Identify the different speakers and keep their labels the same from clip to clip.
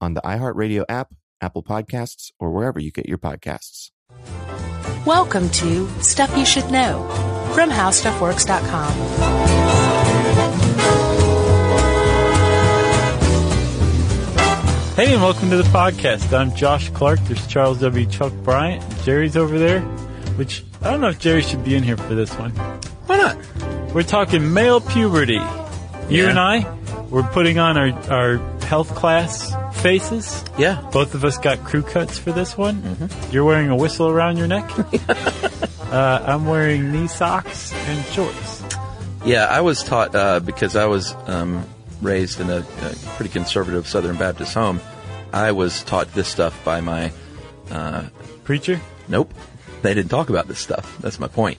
Speaker 1: on the iHeartRadio app, Apple Podcasts, or wherever you get your podcasts.
Speaker 2: Welcome to Stuff You Should Know from HowStuffWorks.com.
Speaker 3: Hey, and welcome to the podcast. I'm Josh Clark. There's Charles W. Chuck Bryant. Jerry's over there, which I don't know if Jerry should be in here for this one.
Speaker 4: Why not?
Speaker 3: We're talking male puberty. You
Speaker 4: Yeah.
Speaker 3: and I, we're putting on our, our health class faces.
Speaker 4: Yeah.
Speaker 3: Both of us got crew cuts for this one. You're wearing a whistle around your neck. uh, I'm wearing knee socks and shorts.
Speaker 4: Yeah, I was taught uh, because I was um, raised in a, a pretty conservative Southern Baptist home. I was taught this stuff by my.
Speaker 3: Preacher?
Speaker 4: Nope, they didn't talk about this stuff. That's my point.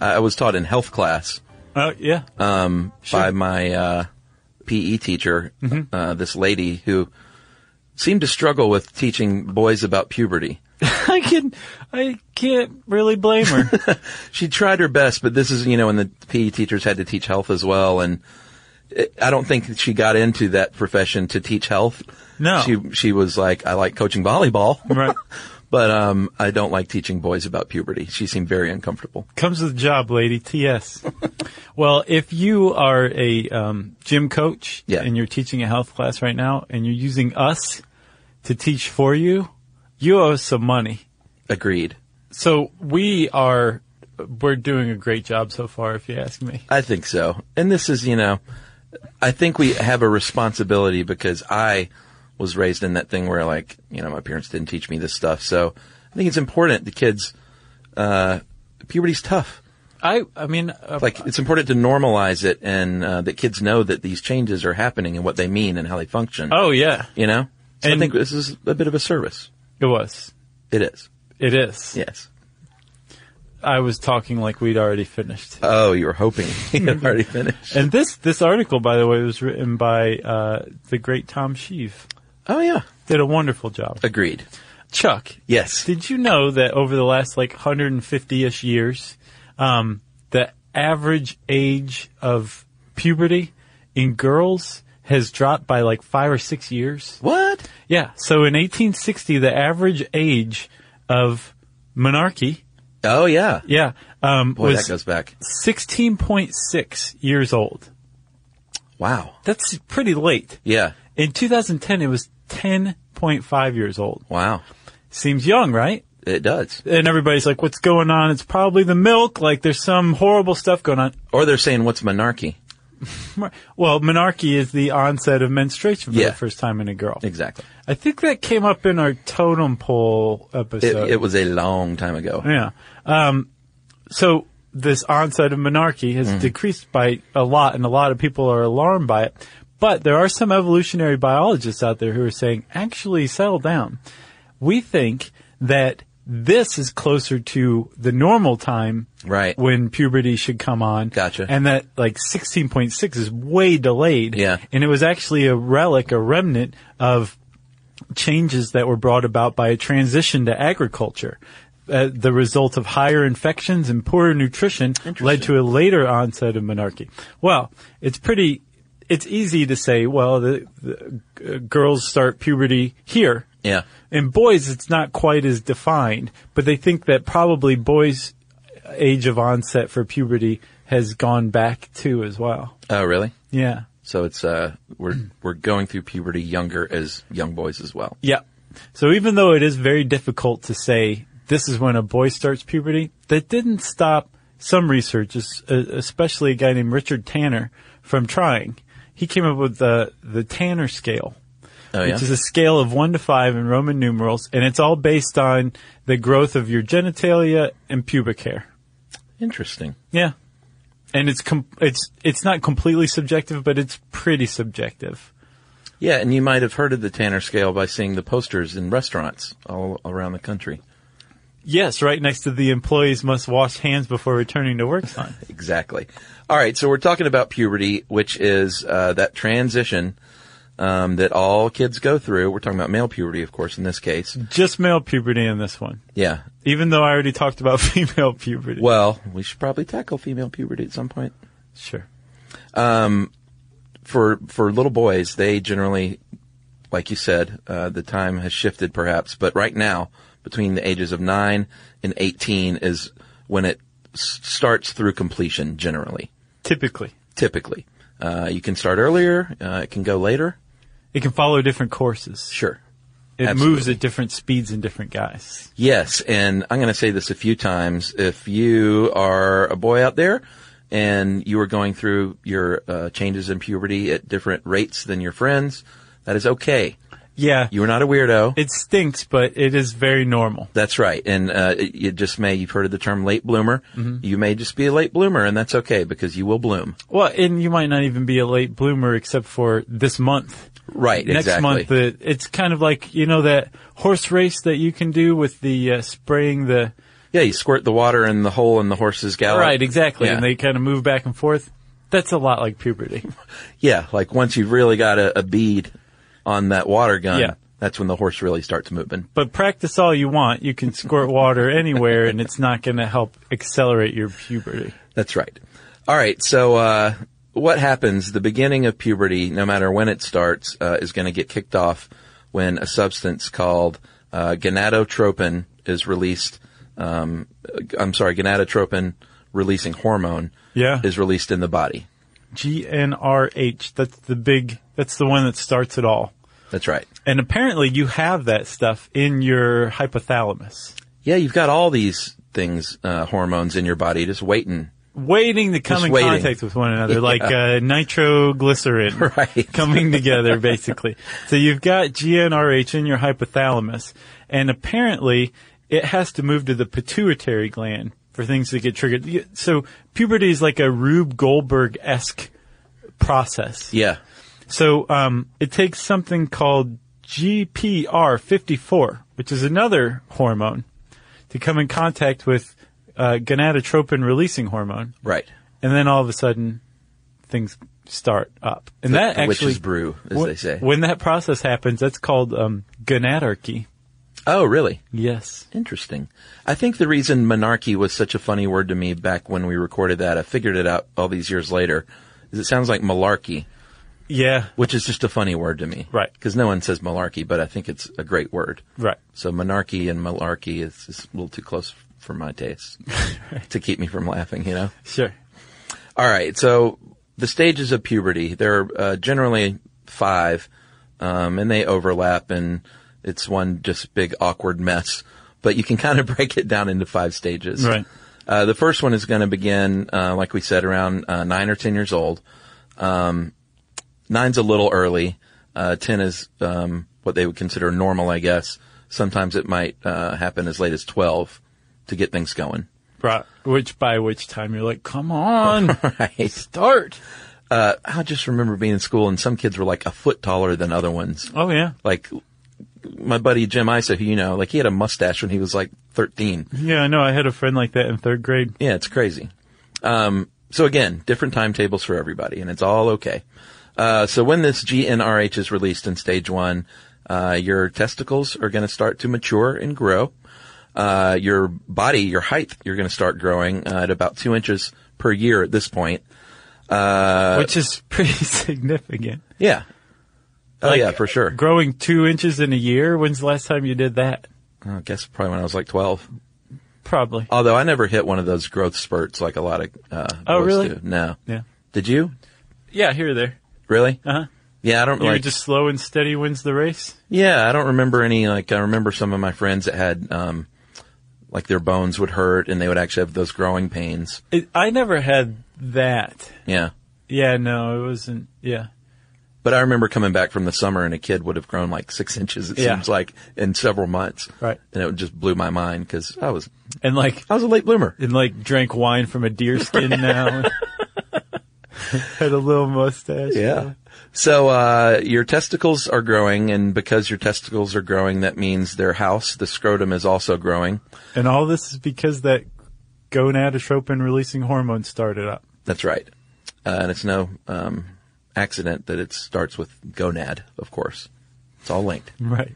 Speaker 4: I I was taught in health class
Speaker 3: Oh, yeah.
Speaker 4: um, by my uh, PE teacher, uh, this lady who seemed to struggle with teaching boys about puberty.
Speaker 3: I can, I can't really blame her.
Speaker 4: she tried her best, but this is, you know, when the PE teachers had to teach health as well. And it, I don't think that she got into that profession to teach health.
Speaker 3: No.
Speaker 4: She, she was like, I like coaching volleyball,
Speaker 3: right.
Speaker 4: but, um, I don't like teaching boys about puberty. She seemed very uncomfortable.
Speaker 3: Comes with the job, lady. TS. well, if you are a um, gym coach
Speaker 4: Yeah.
Speaker 3: and you're teaching a health class right now and you're using us to teach for you, you owe us some money.
Speaker 4: Agreed.
Speaker 3: So we are, we're doing a great job so far, if you ask me.
Speaker 4: I think so. And this is, you know, I think we have a responsibility because I was raised in that thing where like, you know, my parents didn't teach me this stuff. So I think it's important the kids, uh, puberty's tough.
Speaker 3: I, I mean, uh,
Speaker 4: like it's important to normalize it and uh, that kids know that these changes are happening and what they mean and how they function.
Speaker 3: oh yeah,
Speaker 4: you know. So
Speaker 3: And-
Speaker 4: I think this is a bit of a service.
Speaker 3: it was.
Speaker 4: It is.
Speaker 3: It is.
Speaker 4: Yes.
Speaker 3: I was talking like we'd already finished.
Speaker 4: Oh, you were hoping you had already finished.
Speaker 3: And this this article, by the way, was written by uh, the great Tom Sheave.
Speaker 4: Oh yeah.
Speaker 3: Did a wonderful job.
Speaker 4: Agreed.
Speaker 3: Chuck,
Speaker 4: Yes.
Speaker 3: did you know that over the last like 150ish years, um, the average age of puberty in girls has dropped by like five or six years?
Speaker 4: what?
Speaker 3: Yeah. So in 1860, the average age of monarchy,
Speaker 4: Oh yeah.
Speaker 3: yeah, um,
Speaker 4: Boy,
Speaker 3: was
Speaker 4: that goes back.
Speaker 3: 16.6 years old.
Speaker 4: Wow.
Speaker 3: That's pretty late.
Speaker 4: Yeah.
Speaker 3: In 2010, it was 10.5 years old.
Speaker 4: Wow.
Speaker 3: Seems young, right?
Speaker 4: It does.
Speaker 3: And everybody's like, what's going on? It's probably the milk. Like, there's some horrible stuff going on.
Speaker 4: Or they're saying what's monarchy?
Speaker 3: Well, menarche is the onset of menstruation for
Speaker 4: Yeah.
Speaker 3: the first time in a girl.
Speaker 4: Exactly.
Speaker 3: I think that came up in our totem pole
Speaker 4: It,
Speaker 3: episode.
Speaker 4: it was a long time ago.
Speaker 3: yeah. Um, so this onset of monarchy has
Speaker 4: Mm-hmm.
Speaker 3: decreased by a lot, and a lot of people are alarmed by it. But there are some evolutionary biologists out there who are saying, actually, settle down. We think that this is closer to the normal time
Speaker 4: Right.
Speaker 3: when puberty should come on.
Speaker 4: Gotcha.
Speaker 3: And that like 16.6 is way delayed.
Speaker 4: Yeah.
Speaker 3: And it was actually a relic, a remnant of changes that were brought about by a transition to agriculture. Uh, the result of higher infections and poorer nutrition led to a later onset of monarchy. Well, it's pretty, it's easy to say, well, the, the uh, girls start puberty here.
Speaker 4: Yeah.
Speaker 3: In boys, it's not quite as defined, but they think that probably boys' age of onset for puberty has gone back too as well.
Speaker 4: Oh really?
Speaker 3: Yeah.
Speaker 4: So it's uh, we're we're going through puberty younger as young boys as well.
Speaker 3: Yeah. So even though it is very difficult to say this is when a boy starts puberty, that didn't stop some researchers, uh, especially a guy named Richard Tanner, from trying. He came up with the the Tanner scale,
Speaker 4: Oh yeah.
Speaker 3: which is a scale of one to five in Roman numerals, and it's all based on the growth of your genitalia and pubic hair.
Speaker 4: Interesting.
Speaker 3: Yeah, and it's com- it's it's not completely subjective, but it's pretty subjective.
Speaker 4: Yeah, and you might have heard of the Tanner scale by seeing the posters in restaurants all around the country.
Speaker 3: Yes, right next to the employees must wash hands before returning to work sign.
Speaker 4: Exactly. All right, so we're talking about puberty, which is uh, that transition um, that all kids go through. We're talking about male puberty, of course, in this case.
Speaker 3: Just male puberty in this one,
Speaker 4: Yeah.
Speaker 3: even though I already talked about female puberty.
Speaker 4: Well, we should probably tackle female puberty at some point.
Speaker 3: Sure.
Speaker 4: for for little boys, they generally, like you said, uh, the time has shifted perhaps, but right now, between the ages of nine and eighteen is when it s- starts through completion. Generally,
Speaker 3: Typically,
Speaker 4: typically, uh, you can start earlier. Uh, it can go later.
Speaker 3: it can follow different courses.
Speaker 4: Sure.
Speaker 3: It
Speaker 4: Absolutely.
Speaker 3: moves at different speeds in different guys.
Speaker 4: Yes, and I'm going to say this a few times. If you are a boy out there and you are going through your uh, changes in puberty at different rates than your friends, that is okay.
Speaker 3: Yeah.
Speaker 4: You are not a weirdo.
Speaker 3: it stinks, but it is very normal.
Speaker 4: That's right. And uh, it, it just may, you've heard of the term late bloomer. You may just be a late bloomer, and that's okay because you will bloom.
Speaker 3: Well, and you might not even be a late bloomer except for this month.
Speaker 4: Right,
Speaker 3: Next
Speaker 4: exactly.
Speaker 3: month, it, it's kind of like, you know, that horse race that you can do with the uh, spraying the.
Speaker 4: yeah, you squirt the water in the hole in the horse's gallop.
Speaker 3: right, exactly.
Speaker 4: Yeah,
Speaker 3: And they kind of move back and forth. That's a lot like puberty.
Speaker 4: yeah like once you've really got a, a bead on that water gun,
Speaker 3: Yeah.
Speaker 4: that's when the horse really starts moving.
Speaker 3: But practice all you want. You can squirt water anywhere and it's not going to help accelerate your puberty.
Speaker 4: That's right. All right, so uh, what happens? The beginning of puberty, no matter when it starts, uh, is going to get kicked off when a substance called uh, gonadotropin is released. Um, I'm sorry, gonadotropin releasing hormone
Speaker 3: Yeah.
Speaker 4: is released in the body.
Speaker 3: GNRH. That's the big, that's the one that starts it all.
Speaker 4: That's right.
Speaker 3: And apparently you have that stuff in your hypothalamus,
Speaker 4: Yeah, you've got all these things, uh, hormones in your body just waiting.
Speaker 3: waiting to come
Speaker 4: Just
Speaker 3: in
Speaker 4: waiting.
Speaker 3: contact with one another,
Speaker 4: Yeah.
Speaker 3: like uh, nitroglycerin
Speaker 4: Right.
Speaker 3: coming together, basically. So you've got GNRH in your hypothalamus, and apparently it has to move to the pituitary gland for things to get triggered. You- So puberty is like a Rube Goldberg-esque process.
Speaker 4: Yeah.
Speaker 3: So um, it takes something called GPR54, which is another hormone, to come in contact with uh, gonadotropin releasing hormone,
Speaker 4: Right.
Speaker 3: and then all of a sudden things start up. And that
Speaker 4: The
Speaker 3: actually,
Speaker 4: witch's brew, as
Speaker 3: wh-
Speaker 4: they say.
Speaker 3: when that process happens, that's called um, gonadarchy.
Speaker 4: Oh, really?
Speaker 3: Yes.
Speaker 4: Interesting. I think the reason monarchy was such a funny word to me back when we recorded that, I figured it out all these years later, is it sounds like malarkey,
Speaker 3: Yeah.
Speaker 4: which is just a funny word to me.
Speaker 3: Right.
Speaker 4: Because no one says malarkey, but I think it's a great word.
Speaker 3: Right.
Speaker 4: So monarchy and malarkey is just a little too close for my taste to keep me from laughing, you know?
Speaker 3: Sure.
Speaker 4: All right. So the stages of puberty, there are uh, generally five, um, and they overlap, and it's one just big awkward mess. But you can kind of break it down into five stages.
Speaker 3: Right.
Speaker 4: Uh, the first one is going to begin, uh, like we said, around uh, nine or ten years old. Um, nine's a little early. Uh, ten is um, what they would consider normal, I guess. Sometimes it might uh, happen as late as twelve to get things going.
Speaker 3: Right. Which by which time you're like, come on,
Speaker 4: Right.
Speaker 3: start.
Speaker 4: uh, I just remember being in school and some kids were like a foot taller than other ones.
Speaker 3: Oh yeah.
Speaker 4: Like my buddy Jim Isa, who you know, like he had a mustache when he was like 13.
Speaker 3: Yeah, I know. I had a friend like that in third grade.
Speaker 4: Yeah, it's crazy. Um, so again, different timetables for everybody and it's all okay. Uh, so when this GNRH is released in stage one, uh, your testicles are going to start to mature and grow. Uh, your body, your height, you're going to start growing uh, at about two inches per year at this point.
Speaker 3: which is pretty significant.
Speaker 4: Yeah. Oh
Speaker 3: Like,
Speaker 4: yeah, for sure.
Speaker 3: Growing two inches in a year. When's the last time you did that?
Speaker 4: I guess probably when I was like 12.
Speaker 3: Probably.
Speaker 4: Although I never hit one of those growth spurts like a lot of uh,
Speaker 3: Oh,
Speaker 4: boys
Speaker 3: really?
Speaker 4: do. No.
Speaker 3: Yeah.
Speaker 4: Did you?
Speaker 3: Yeah, here or there.
Speaker 4: Really?
Speaker 3: Uh huh.
Speaker 4: Yeah, I don't
Speaker 3: You're
Speaker 4: like.
Speaker 3: just slow and steady wins the race.
Speaker 4: yeah, I don't remember any. Like, I remember some of my friends that had, um, like their bones would hurt and they would actually have those growing pains.
Speaker 3: It, I never had that.
Speaker 4: Yeah.
Speaker 3: Yeah, no, it wasn't. Yeah,
Speaker 4: But I remember coming back from the summer and a kid would have grown like six inches, it
Speaker 3: Yeah.
Speaker 4: seems like, in several months.
Speaker 3: Right.
Speaker 4: And it just blew my mind because I was,
Speaker 3: and like
Speaker 4: I was a late bloomer.
Speaker 3: and like drank wine from a deer skin now. had a little mustache.
Speaker 4: Yeah. So, uh, your testicles are growing and because your testicles are growing, that means their house, the scrotum is also growing.
Speaker 3: And all this is because that gonadotropin releasing hormone started up.
Speaker 4: That's right. Uh, and it's no, um, accident that it starts with gonad, of course. It's all linked.
Speaker 3: Right.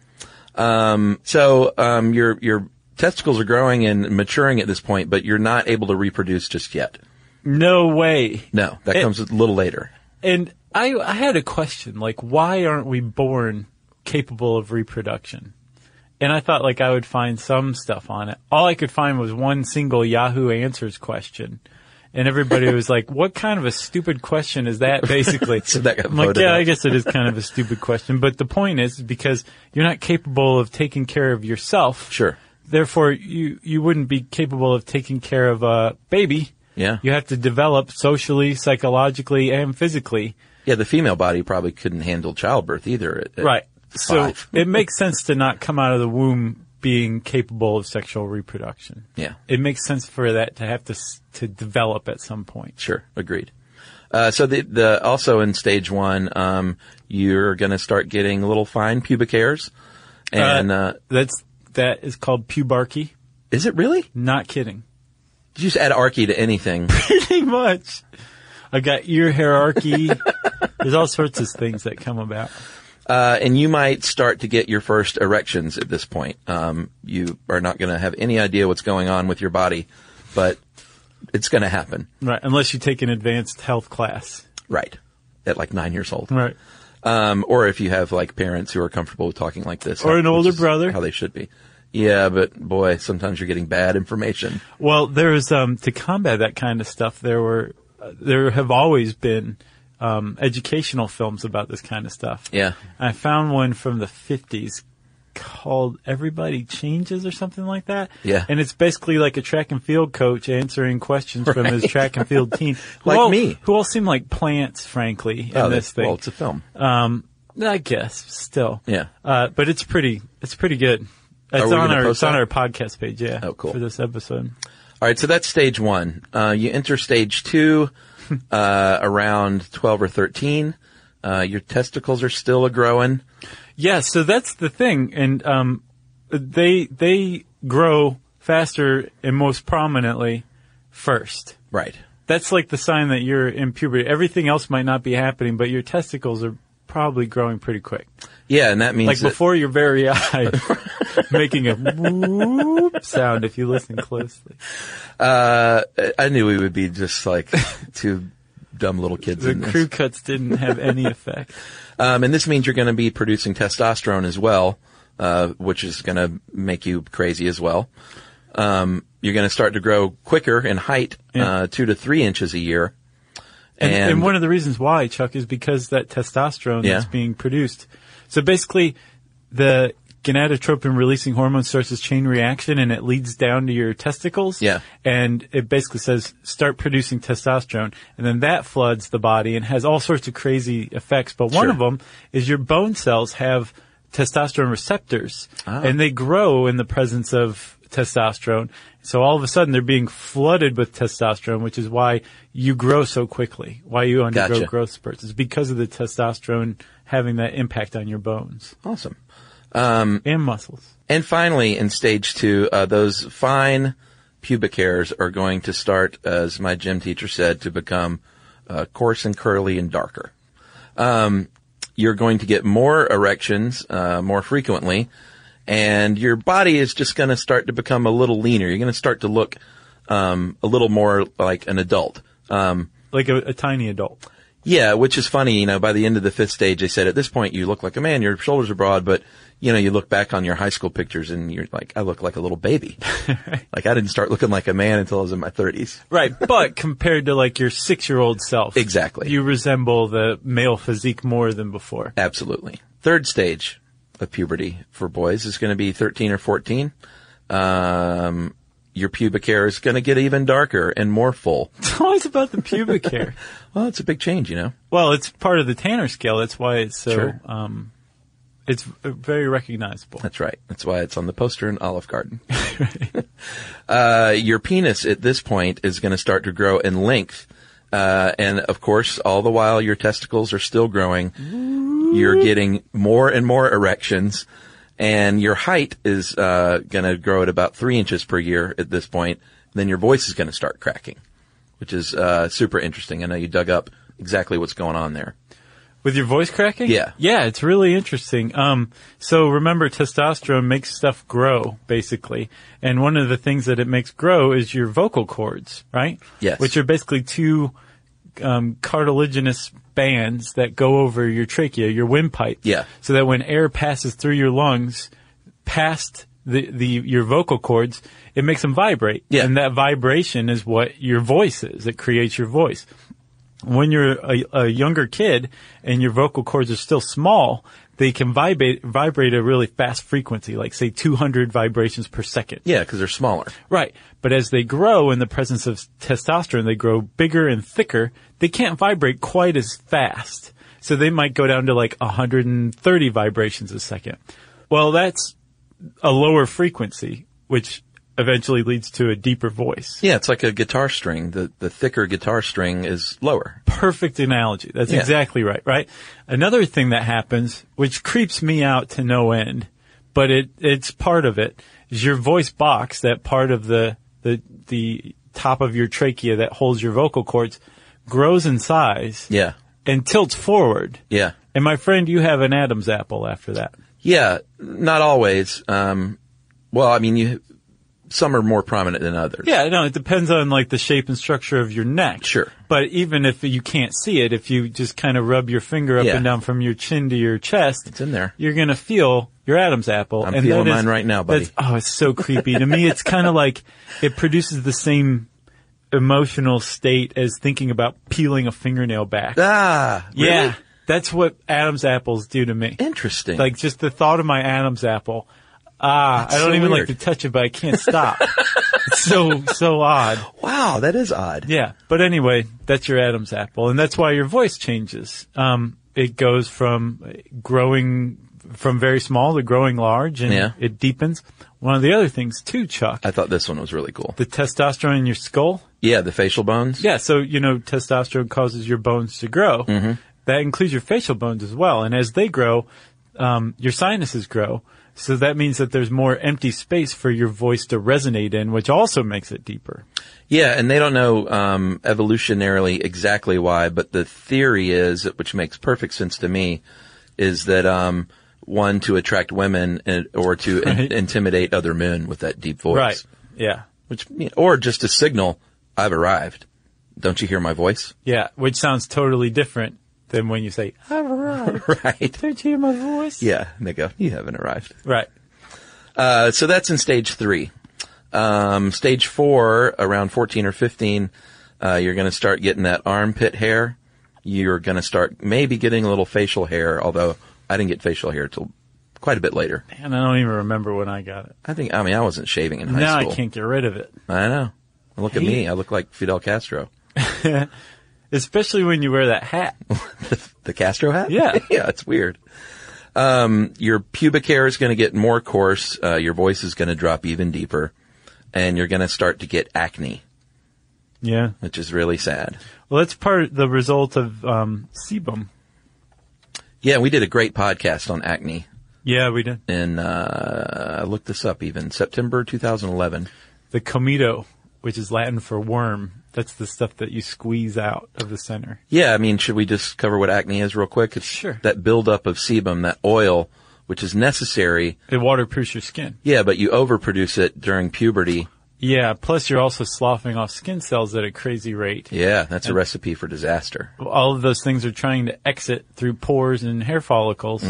Speaker 4: So um, your your testicles are growing and maturing at this point, but you're not able to reproduce just yet.
Speaker 3: No way.
Speaker 4: No, that
Speaker 3: It-
Speaker 4: comes a little later.
Speaker 3: And I, I had a question, like, why aren't we born capable of reproduction? And I thought like I would find some stuff on it. All I could find was one single Yahoo Answers question. And everybody was like, what kind of a stupid question is that basically?
Speaker 4: So that got
Speaker 3: I'm like,
Speaker 4: voted
Speaker 3: yeah,
Speaker 4: out.
Speaker 3: I guess it is kind of a stupid question. But the point is because you're not capable of taking care of yourself.
Speaker 4: Sure.
Speaker 3: Therefore, you, you wouldn't be capable of taking care of a baby.
Speaker 4: Yeah.
Speaker 3: You have to develop socially, psychologically, and physically.
Speaker 4: Yeah, the female body probably couldn't handle childbirth either. at- at
Speaker 3: Right. So
Speaker 4: five.
Speaker 3: it makes sense to not come out of the womb being capable of sexual reproduction.
Speaker 4: Yeah.
Speaker 3: It makes sense for that to have to s- to develop at some point.
Speaker 4: Sure, agreed. Uh, so the, the also in stage one, um, you're going to start getting little fine pubic hairs, and uh,
Speaker 3: That's that is called pubarchy.
Speaker 4: is it really?
Speaker 3: Not kidding.
Speaker 4: Did you just add archy to anything?
Speaker 3: Pretty much. I got ear hierarchy. There's all sorts of things that come about.
Speaker 4: Uh, and you might start to get your first erections at this point. Um, you are not going to have any idea what's going on with your body, but it's going to happen.
Speaker 3: Right. Unless you take an advanced health class.
Speaker 4: Right. At like nine years old.
Speaker 3: Right.
Speaker 4: Um, or if you have like parents who are comfortable with talking like this.
Speaker 3: Or an
Speaker 4: which
Speaker 3: older
Speaker 4: is
Speaker 3: brother.
Speaker 4: How they should be. Yeah, but boy, sometimes you're getting bad information.
Speaker 3: Well, there was um, to combat that kind of stuff. There were, uh, there have always been um, educational films about this kind of stuff.
Speaker 4: Yeah.
Speaker 3: I found one from the fifties called "Everybody Changes" or something like that.
Speaker 4: Yeah.
Speaker 3: and it's basically like a track and field coach answering questions from his track and field team, who
Speaker 4: Like
Speaker 3: all-
Speaker 4: me.
Speaker 3: who all seem like plants, frankly, in
Speaker 4: Oh,
Speaker 3: this
Speaker 4: that's-
Speaker 3: thing.
Speaker 4: Well, it's a film.
Speaker 3: I guess still.
Speaker 4: Yeah.
Speaker 3: Uh, but it's pretty. It's pretty good. It's
Speaker 4: we
Speaker 3: on
Speaker 4: gonna
Speaker 3: our
Speaker 4: post
Speaker 3: it's on
Speaker 4: that?
Speaker 3: our podcast page. Yeah.
Speaker 4: Oh, cool.
Speaker 3: For this episode.
Speaker 4: All right. So that's stage one. Uh, you enter stage two, uh, around 12 or 13. Uh, your testicles are still a growing.
Speaker 3: Yeah, so that's the thing, and um, they they grow faster and most prominently first.
Speaker 4: Right.
Speaker 3: That's like the sign that you're in puberty. Everything else might not be happening, but your testicles are probably growing pretty quick,
Speaker 4: Yeah, and that means
Speaker 3: like
Speaker 4: that-
Speaker 3: before your very eye, making a whoop sound if you listen closely.
Speaker 4: uh, I knew we would be just like two dumb little kids.
Speaker 3: The
Speaker 4: in this.
Speaker 3: crew cuts didn't have any effect.
Speaker 4: Um, and this means you're going to be producing testosterone as well, uh, which is going to make you crazy as well. Um, you're going to start to grow quicker in height, uh, two to three inches a year.
Speaker 3: And, and, one of the reasons why, Chuck, is because that testosterone
Speaker 4: Yeah.
Speaker 3: that's being produced. So basically, the gonadotropin releasing hormone starts this chain reaction and it leads down to your testicles.
Speaker 4: Yeah.
Speaker 3: And it basically says, start producing testosterone. And then that floods the body and has all sorts of crazy effects. But one
Speaker 4: Sure.
Speaker 3: of them is your bone cells have testosterone receptors
Speaker 4: Ah.
Speaker 3: and they grow in the presence of testosterone. So all of a sudden they're being flooded with testosterone, which is why you grow so quickly, why you undergo
Speaker 4: Gotcha.
Speaker 3: growth spurts. It's because of the testosterone having that impact on your bones
Speaker 4: awesome. Hmm.
Speaker 3: and muscles.
Speaker 4: And finally, in stage two, uh, those fine pubic hairs are going to start, as my gym teacher said, to become uh, coarse and curly and darker. Um, you're going to get more erections uh, more frequently, and your body is just going to start to become a little leaner. You're going to start to look um, a little more like an adult. Um,
Speaker 3: Like a, a tiny adult.
Speaker 4: yeah, which is funny. You know, by the end of the fifth stage, they said at this point you look like a man. Your shoulders are broad, but you know, you look back on your high school pictures and you're like, I look like a little baby. Like I didn't start looking like a man until I was in my thirties.
Speaker 3: Right, but compared to like your six year old self.
Speaker 4: Exactly.
Speaker 3: You resemble the male physique more than before.
Speaker 4: Absolutely. Third stage of puberty for boys is going to be 13 or 14. Um, your pubic hair is going to get even darker and more full.
Speaker 3: It's always about the pubic hair.
Speaker 4: Well, it's a big change, you know?
Speaker 3: Well, it's part of the Tanner scale. That's why it's so,
Speaker 4: Sure.
Speaker 3: um, it's v- very recognizable.
Speaker 4: That's right. That's why it's on the poster in Olive Garden. uh, your penis at this point is going to start to grow in length. Uh, and of course, all the while your testicles are still growing, you're getting more and more erections. And your height is uh, going to grow at about three inches per year at this point. Then your voice is going to start cracking, which is uh, super interesting. I know you dug up exactly what's going on there.
Speaker 3: With your voice cracking?
Speaker 4: Yeah.
Speaker 3: Yeah, it's really interesting. Um, so remember testosterone makes stuff grow, basically. And one of the things that it makes grow is your vocal cords, right?
Speaker 4: Yes.
Speaker 3: Which are basically two, um, cartilaginous bands that go over your trachea, your windpipe.
Speaker 4: Yeah.
Speaker 3: So that when air passes through your lungs, past the, the, your vocal cords, it makes them vibrate.
Speaker 4: Yeah.
Speaker 3: And that vibration is what your voice is. It creates your voice when you're a, a younger kid and your vocal cords are still small, they can vibrate vibrate at a really fast frequency, like say 200 vibrations per second.
Speaker 4: Yeah, because they're smaller.
Speaker 3: Right. But as they grow in the presence of testosterone, they grow bigger and thicker. They can't vibrate quite as fast. So they might go down to like 130 vibrations a second. Well, that's a lower frequency, which eventually leads to a deeper voice.
Speaker 4: Yeah, it's like a guitar string. The the thicker guitar string is lower.
Speaker 3: perfect analogy. That's
Speaker 4: Yeah.
Speaker 3: exactly right, right? Another thing that happens, which creeps me out to no end, but it, it's part of it, is your voice box, that part of the, the, the top of your trachea that holds your vocal cords, grows in size
Speaker 4: Yeah.
Speaker 3: and tilts forward.
Speaker 4: Yeah.
Speaker 3: And my friend, you have an Adam's apple after that.
Speaker 4: Yeah. Not always. Um, well, I mean, you, some are more prominent than others.
Speaker 3: Yeah, no, it depends on like the shape and structure of your neck.
Speaker 4: Sure.
Speaker 3: But even if you can't see it, if you just kind of rub your finger up
Speaker 4: Yeah.
Speaker 3: and down from your chin to your chest,
Speaker 4: It's in there.
Speaker 3: You're gonna feel your Adam's apple.
Speaker 4: I'm
Speaker 3: and
Speaker 4: feeling
Speaker 3: that is-
Speaker 4: mine right now, buddy.
Speaker 3: that's- Oh, it's so creepy. to me, it's kind of like it produces the same emotional state as thinking about peeling a fingernail back.
Speaker 4: Ah, really?
Speaker 3: Yeah, that's what Adam's apples do to me.
Speaker 4: Interesting.
Speaker 3: Like just the thought of my Adam's apple. Ah, I don't
Speaker 4: so
Speaker 3: even
Speaker 4: weird.
Speaker 3: like to touch it, but I can't stop. it's so so odd.
Speaker 4: wow, that is odd.
Speaker 3: Yeah, but anyway, that's your Adam's apple, and that's why your voice changes. Um, it goes from growing from very small to growing large, and
Speaker 4: Yeah.
Speaker 3: it deepens. One of the other things too, Chuck,
Speaker 4: I thought this one was really cool.
Speaker 3: the testosterone in your skull.
Speaker 4: Yeah, the facial bones.
Speaker 3: Yeah, so you know, testosterone causes your bones to grow.
Speaker 4: Mm-hmm.
Speaker 3: That includes your facial bones as well, and as they grow, um, your sinuses grow. So that means that there's more empty space for your voice to resonate in, which also makes it deeper.
Speaker 4: Yeah, and they don't know um, evolutionarily exactly why, but the theory is, which makes perfect sense to me, is that um, one to attract women and, or to in-
Speaker 3: Right.
Speaker 4: intimidate other men with that deep voice,
Speaker 3: Right. Yeah.
Speaker 4: Which you know, or just a signal, I've arrived. Don't you hear my voice?
Speaker 3: Yeah, which sounds totally different than when you say, I've arrived.
Speaker 4: Right.
Speaker 3: Don't you hear my voice?
Speaker 4: Yeah, and they go, you haven't arrived.
Speaker 3: Right.
Speaker 4: Uh, so that's in stage three. Um, stage four, around 14 or 15, uh, you're going to start getting that armpit hair. You're going to start maybe getting a little facial hair, although I didn't get facial hair till quite a bit later.
Speaker 3: And I don't even remember when I got it.
Speaker 4: I think, I mean, I wasn't shaving in high
Speaker 3: now
Speaker 4: school.
Speaker 3: I can't get rid of it.
Speaker 4: I know. Look at me. I look like Fidel Castro.
Speaker 3: Especially when you wear that hat.
Speaker 4: The Castro hat?
Speaker 3: Yeah.
Speaker 4: yeah, it's weird. Um, your pubic hair is going to get more coarse. Uh, your voice is going to drop even deeper. And you're going to start to get acne,
Speaker 3: yeah.
Speaker 4: which is really sad.
Speaker 3: Well, that's part the result of um, sebum.
Speaker 4: Yeah, we did a great podcast on acne.
Speaker 3: Yeah, we did.
Speaker 4: In, uh, I looked this up even, September 2011.
Speaker 3: The comido, which is Latin for worm. That's the stuff that you squeeze out of the center.
Speaker 4: Yeah, I mean, should we just cover what acne is real quick? It's
Speaker 3: Sure.
Speaker 4: That buildup of sebum, that oil, which is necessary.
Speaker 3: It waterproofs your skin.
Speaker 4: Yeah, but you overproduce it during puberty.
Speaker 3: Yeah, plus you're also sloughing off skin cells at a crazy rate.
Speaker 4: Yeah, that's a recipe for disaster.
Speaker 3: all of those things are trying to exit through pores and hair follicles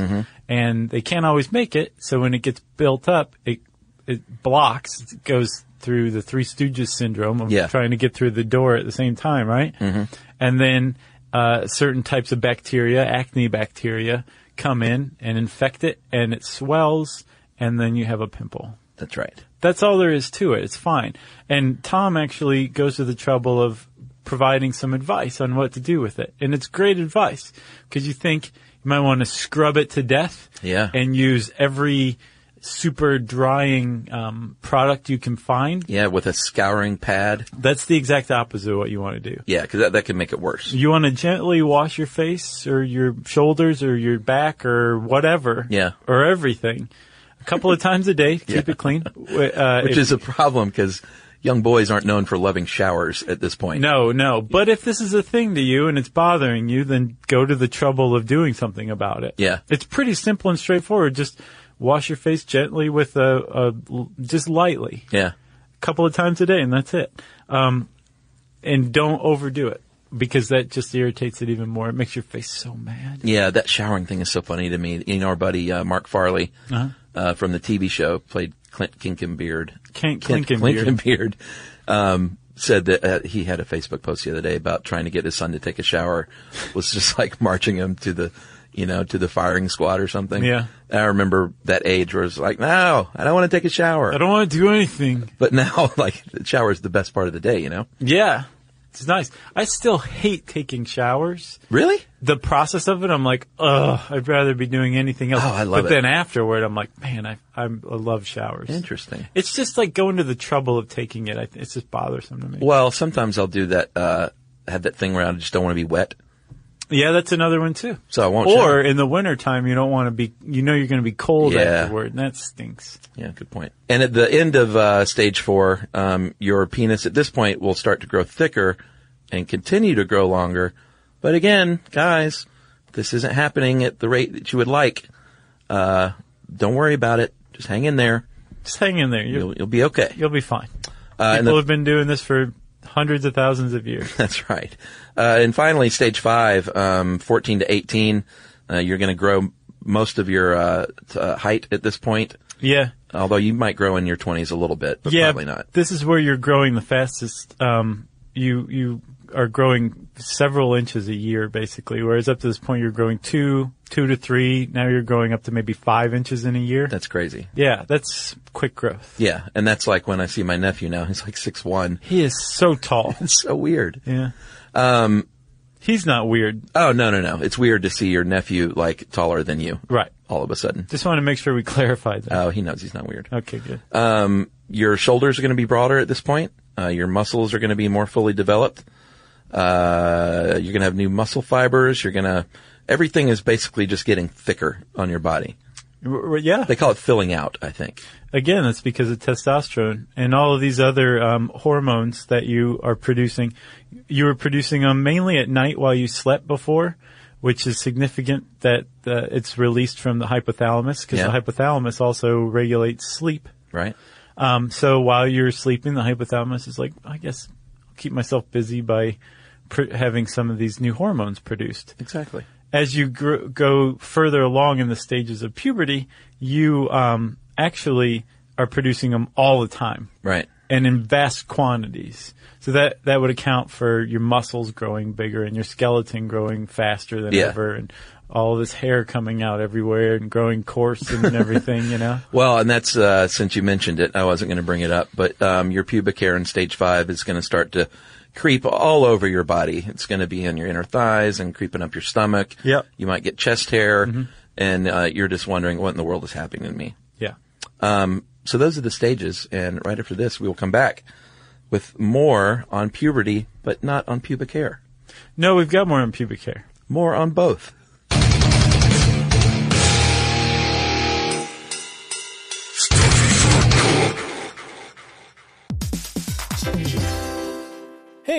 Speaker 3: and they can't always make it. So when it gets built up, it it blocks, it goes through the Three Stooges syndrome of
Speaker 4: Yeah.
Speaker 3: trying to get through the door at the same time, right? And then uh, certain types of bacteria, acne bacteria, come in and infect it, and it swells, and then you have a pimple.
Speaker 4: That's right.
Speaker 3: That's all there is to it. It's fine. And Tom actually goes to the trouble of providing some advice on what to do with it. And it's great advice because you think you might want to scrub it to death
Speaker 4: Yeah.
Speaker 3: and use every super drying um, product you can find.
Speaker 4: Yeah, with a scouring pad.
Speaker 3: That's the exact opposite of what you want to do.
Speaker 4: Yeah, because that, that can make it worse.
Speaker 3: You want to gently wash your face or your shoulders or your back or whatever.
Speaker 4: Yeah.
Speaker 3: Or everything. A couple of times a day, keep it clean. W- Uh,
Speaker 4: Which
Speaker 3: if-
Speaker 4: is a problem because young boys aren't known for loving showers at this point.
Speaker 3: No, no. But if this is a thing to you and it's bothering you, then go to the trouble of doing something about it.
Speaker 4: Yeah.
Speaker 3: It's pretty simple and straightforward. Just wash your face gently with a, a just lightly,
Speaker 4: Yeah.
Speaker 3: a couple of times a day, and that's it. Um, and don't overdo it because that just irritates it even more. It makes your face so mad.
Speaker 4: Yeah, that showering thing is so funny to me. You know, our buddy uh, Mark Farley
Speaker 3: Uh-huh.
Speaker 4: uh from the TV show played Clint Kinkenbeard.
Speaker 3: Kent
Speaker 4: Clint
Speaker 3: Klinkenbeard.
Speaker 4: Klinkenbeard, um, said that uh, he had a Facebook post the other day about trying to get his son to take a shower. was just like marching him to the, you know, to the firing squad or something.
Speaker 3: Yeah.
Speaker 4: And I remember that age where it's like, no, I don't want to take a
Speaker 3: I
Speaker 4: shower.
Speaker 3: don't want to do anything.
Speaker 4: But now, like, the shower is the best part of the day, you know?
Speaker 3: Yeah. It's nice. I still hate taking showers.
Speaker 4: Really?
Speaker 3: the process of it, I'm like, ugh, I'd rather be doing anything else.
Speaker 4: Oh, I love
Speaker 3: but
Speaker 4: it.
Speaker 3: then afterward, I'm like, man, I, I'm, I love showers.
Speaker 4: Interesting.
Speaker 3: It's just like going to the trouble of taking it. I, th- it's just bothersome to me.
Speaker 4: Well, sometimes I'll do that, uh, have that thing where I just don't want to be wet.
Speaker 3: Yeah, that's another one too.
Speaker 4: So I won't
Speaker 3: Or
Speaker 4: shower.
Speaker 3: in the wintertime, you don't want to be, you know, you're going to be cold
Speaker 4: Yeah.
Speaker 3: afterward, and that stinks.
Speaker 4: Yeah, good point. And at the end of uh, stage four, um, your penis at this point will start to grow thicker and continue to grow longer. But again, guys, this isn't happening at the rate that you would like. Uh, don't worry about it. Just hang in there.
Speaker 3: Just hang in there. You'll,
Speaker 4: You'll, you'll be okay.
Speaker 3: you'll be fine.
Speaker 4: Uh, and
Speaker 3: People
Speaker 4: the-
Speaker 3: have been doing this for hundreds of thousands of years.
Speaker 4: That's right. Uh, and finally, stage five, um, 14 to 18, uh, you're going to grow most of your uh, t- uh, height at this point.
Speaker 3: yeah.
Speaker 4: Although you might grow in your 20s a little bit, but probably not.
Speaker 3: This is where you're growing the fastest. Um, you you are growing several inches a year, basically. Whereas up to this point, you're growing two, two to three. Now you're growing up to maybe five inches in a year.
Speaker 4: That's crazy.
Speaker 3: yeah, that's quick growth.
Speaker 4: Yeah, and that's like when I see my nephew now. He's like six one.
Speaker 3: He is so tall.
Speaker 4: It's so weird.
Speaker 3: yeah. Um, he's not weird,
Speaker 4: Oh no no no! It's weird to see your nephew like taller than you.
Speaker 3: right?
Speaker 4: All of a sudden.
Speaker 3: Just want to make sure we clarify that.
Speaker 4: Oh, he knows he's not weird.
Speaker 3: okay, good.
Speaker 4: Um, your shoulders are going to be broader at this point. Uh, your muscles are going to be more fully developed. Uh, you're going to have new muscle fibers. You're going to everything is basically just getting thicker on your body.
Speaker 3: R- r- yeah.
Speaker 4: They call it filling out. I think.
Speaker 3: Again, that's because of testosterone and all of these other um, hormones that you are producing. You were producing them mainly at night while you slept before, which is significant that uh, it's released from the hypothalamus because
Speaker 4: Yeah.
Speaker 3: the hypothalamus also regulates sleep.
Speaker 4: Right.
Speaker 3: Um, so while you're sleeping, the hypothalamus is like, I guess I'll keep myself busy by pr- having some of these new hormones produced
Speaker 4: Exactly.
Speaker 3: as you gr- go further along in the stages of puberty, you um, actually are producing them all the time
Speaker 4: Right.
Speaker 3: and in vast quantities. So that that would account for your muscles growing bigger and your skeleton growing faster than
Speaker 4: Yeah.
Speaker 3: ever, and all this hair coming out everywhere and growing coarse and everything. You know,
Speaker 4: Well, and that's uh, since you mentioned it, I wasn't going to bring it up, but um, your pubic hair in stage five is going to start to creep all over your body. It's going to be in your inner thighs and creeping up your stomach.
Speaker 3: Yep.
Speaker 4: You might get chest hair, and uh, you're just wondering what in the world is happening to me.
Speaker 3: yeah.
Speaker 4: Um, so those are the stages, and right after this, we will come back with more on puberty, but not on pubic hair.
Speaker 3: No, we've got more on pubic hair.
Speaker 4: More on both.
Speaker 3: Hey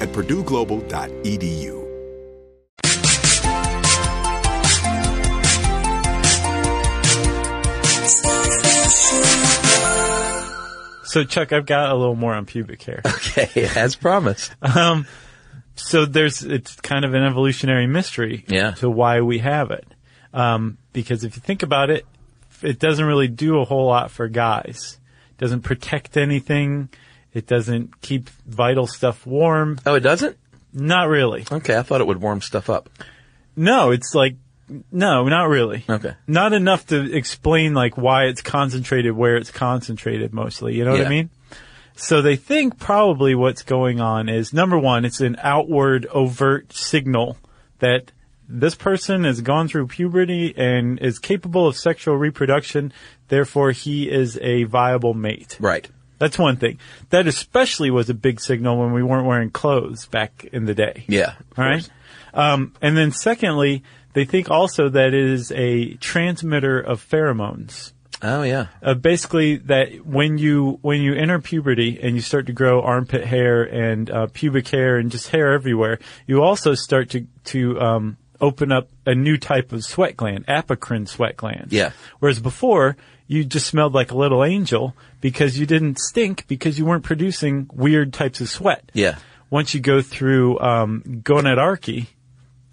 Speaker 5: at purdueglobal.edu
Speaker 3: So, Chuck, I've got a little more on pubic hair.
Speaker 4: Okay, as promised.
Speaker 3: Um, so there's it's kind of an evolutionary mystery
Speaker 4: Yeah.
Speaker 3: to why we have it. Um, because if you think about it, it doesn't really do a whole lot for guys. It doesn't protect anything. It doesn't keep vital stuff warm.
Speaker 4: Oh, it doesn't?
Speaker 3: Not really.
Speaker 4: Okay, I thought it would warm stuff up.
Speaker 3: No, it's like no, not really.
Speaker 4: Okay.
Speaker 3: Not enough to explain like why it's concentrated where it's concentrated mostly. You know what
Speaker 4: Yeah.
Speaker 3: I mean? So they think probably what's going on is number one, it's an outward overt signal that this person has gone through puberty and is capable of sexual reproduction. Therefore, he is a viable mate.
Speaker 4: Right.
Speaker 3: That's one thing. That especially was a big signal when we weren't wearing clothes back in the day.
Speaker 4: Yeah. of
Speaker 3: All right.
Speaker 4: course.
Speaker 3: Um, and then secondly, they think also that it is a transmitter of pheromones.
Speaker 4: Oh, yeah.
Speaker 3: Uh, basically, that when you when you enter puberty and you start to grow armpit hair and uh, pubic hair and just hair everywhere, you also start to to um, open up a new type of sweat gland, apocrine sweat gland.
Speaker 4: Yeah.
Speaker 3: Whereas before, you just smelled like a little angel because you didn't stink because you weren't producing weird types of sweat
Speaker 4: Yeah.
Speaker 3: once you go through um, gonadarchy,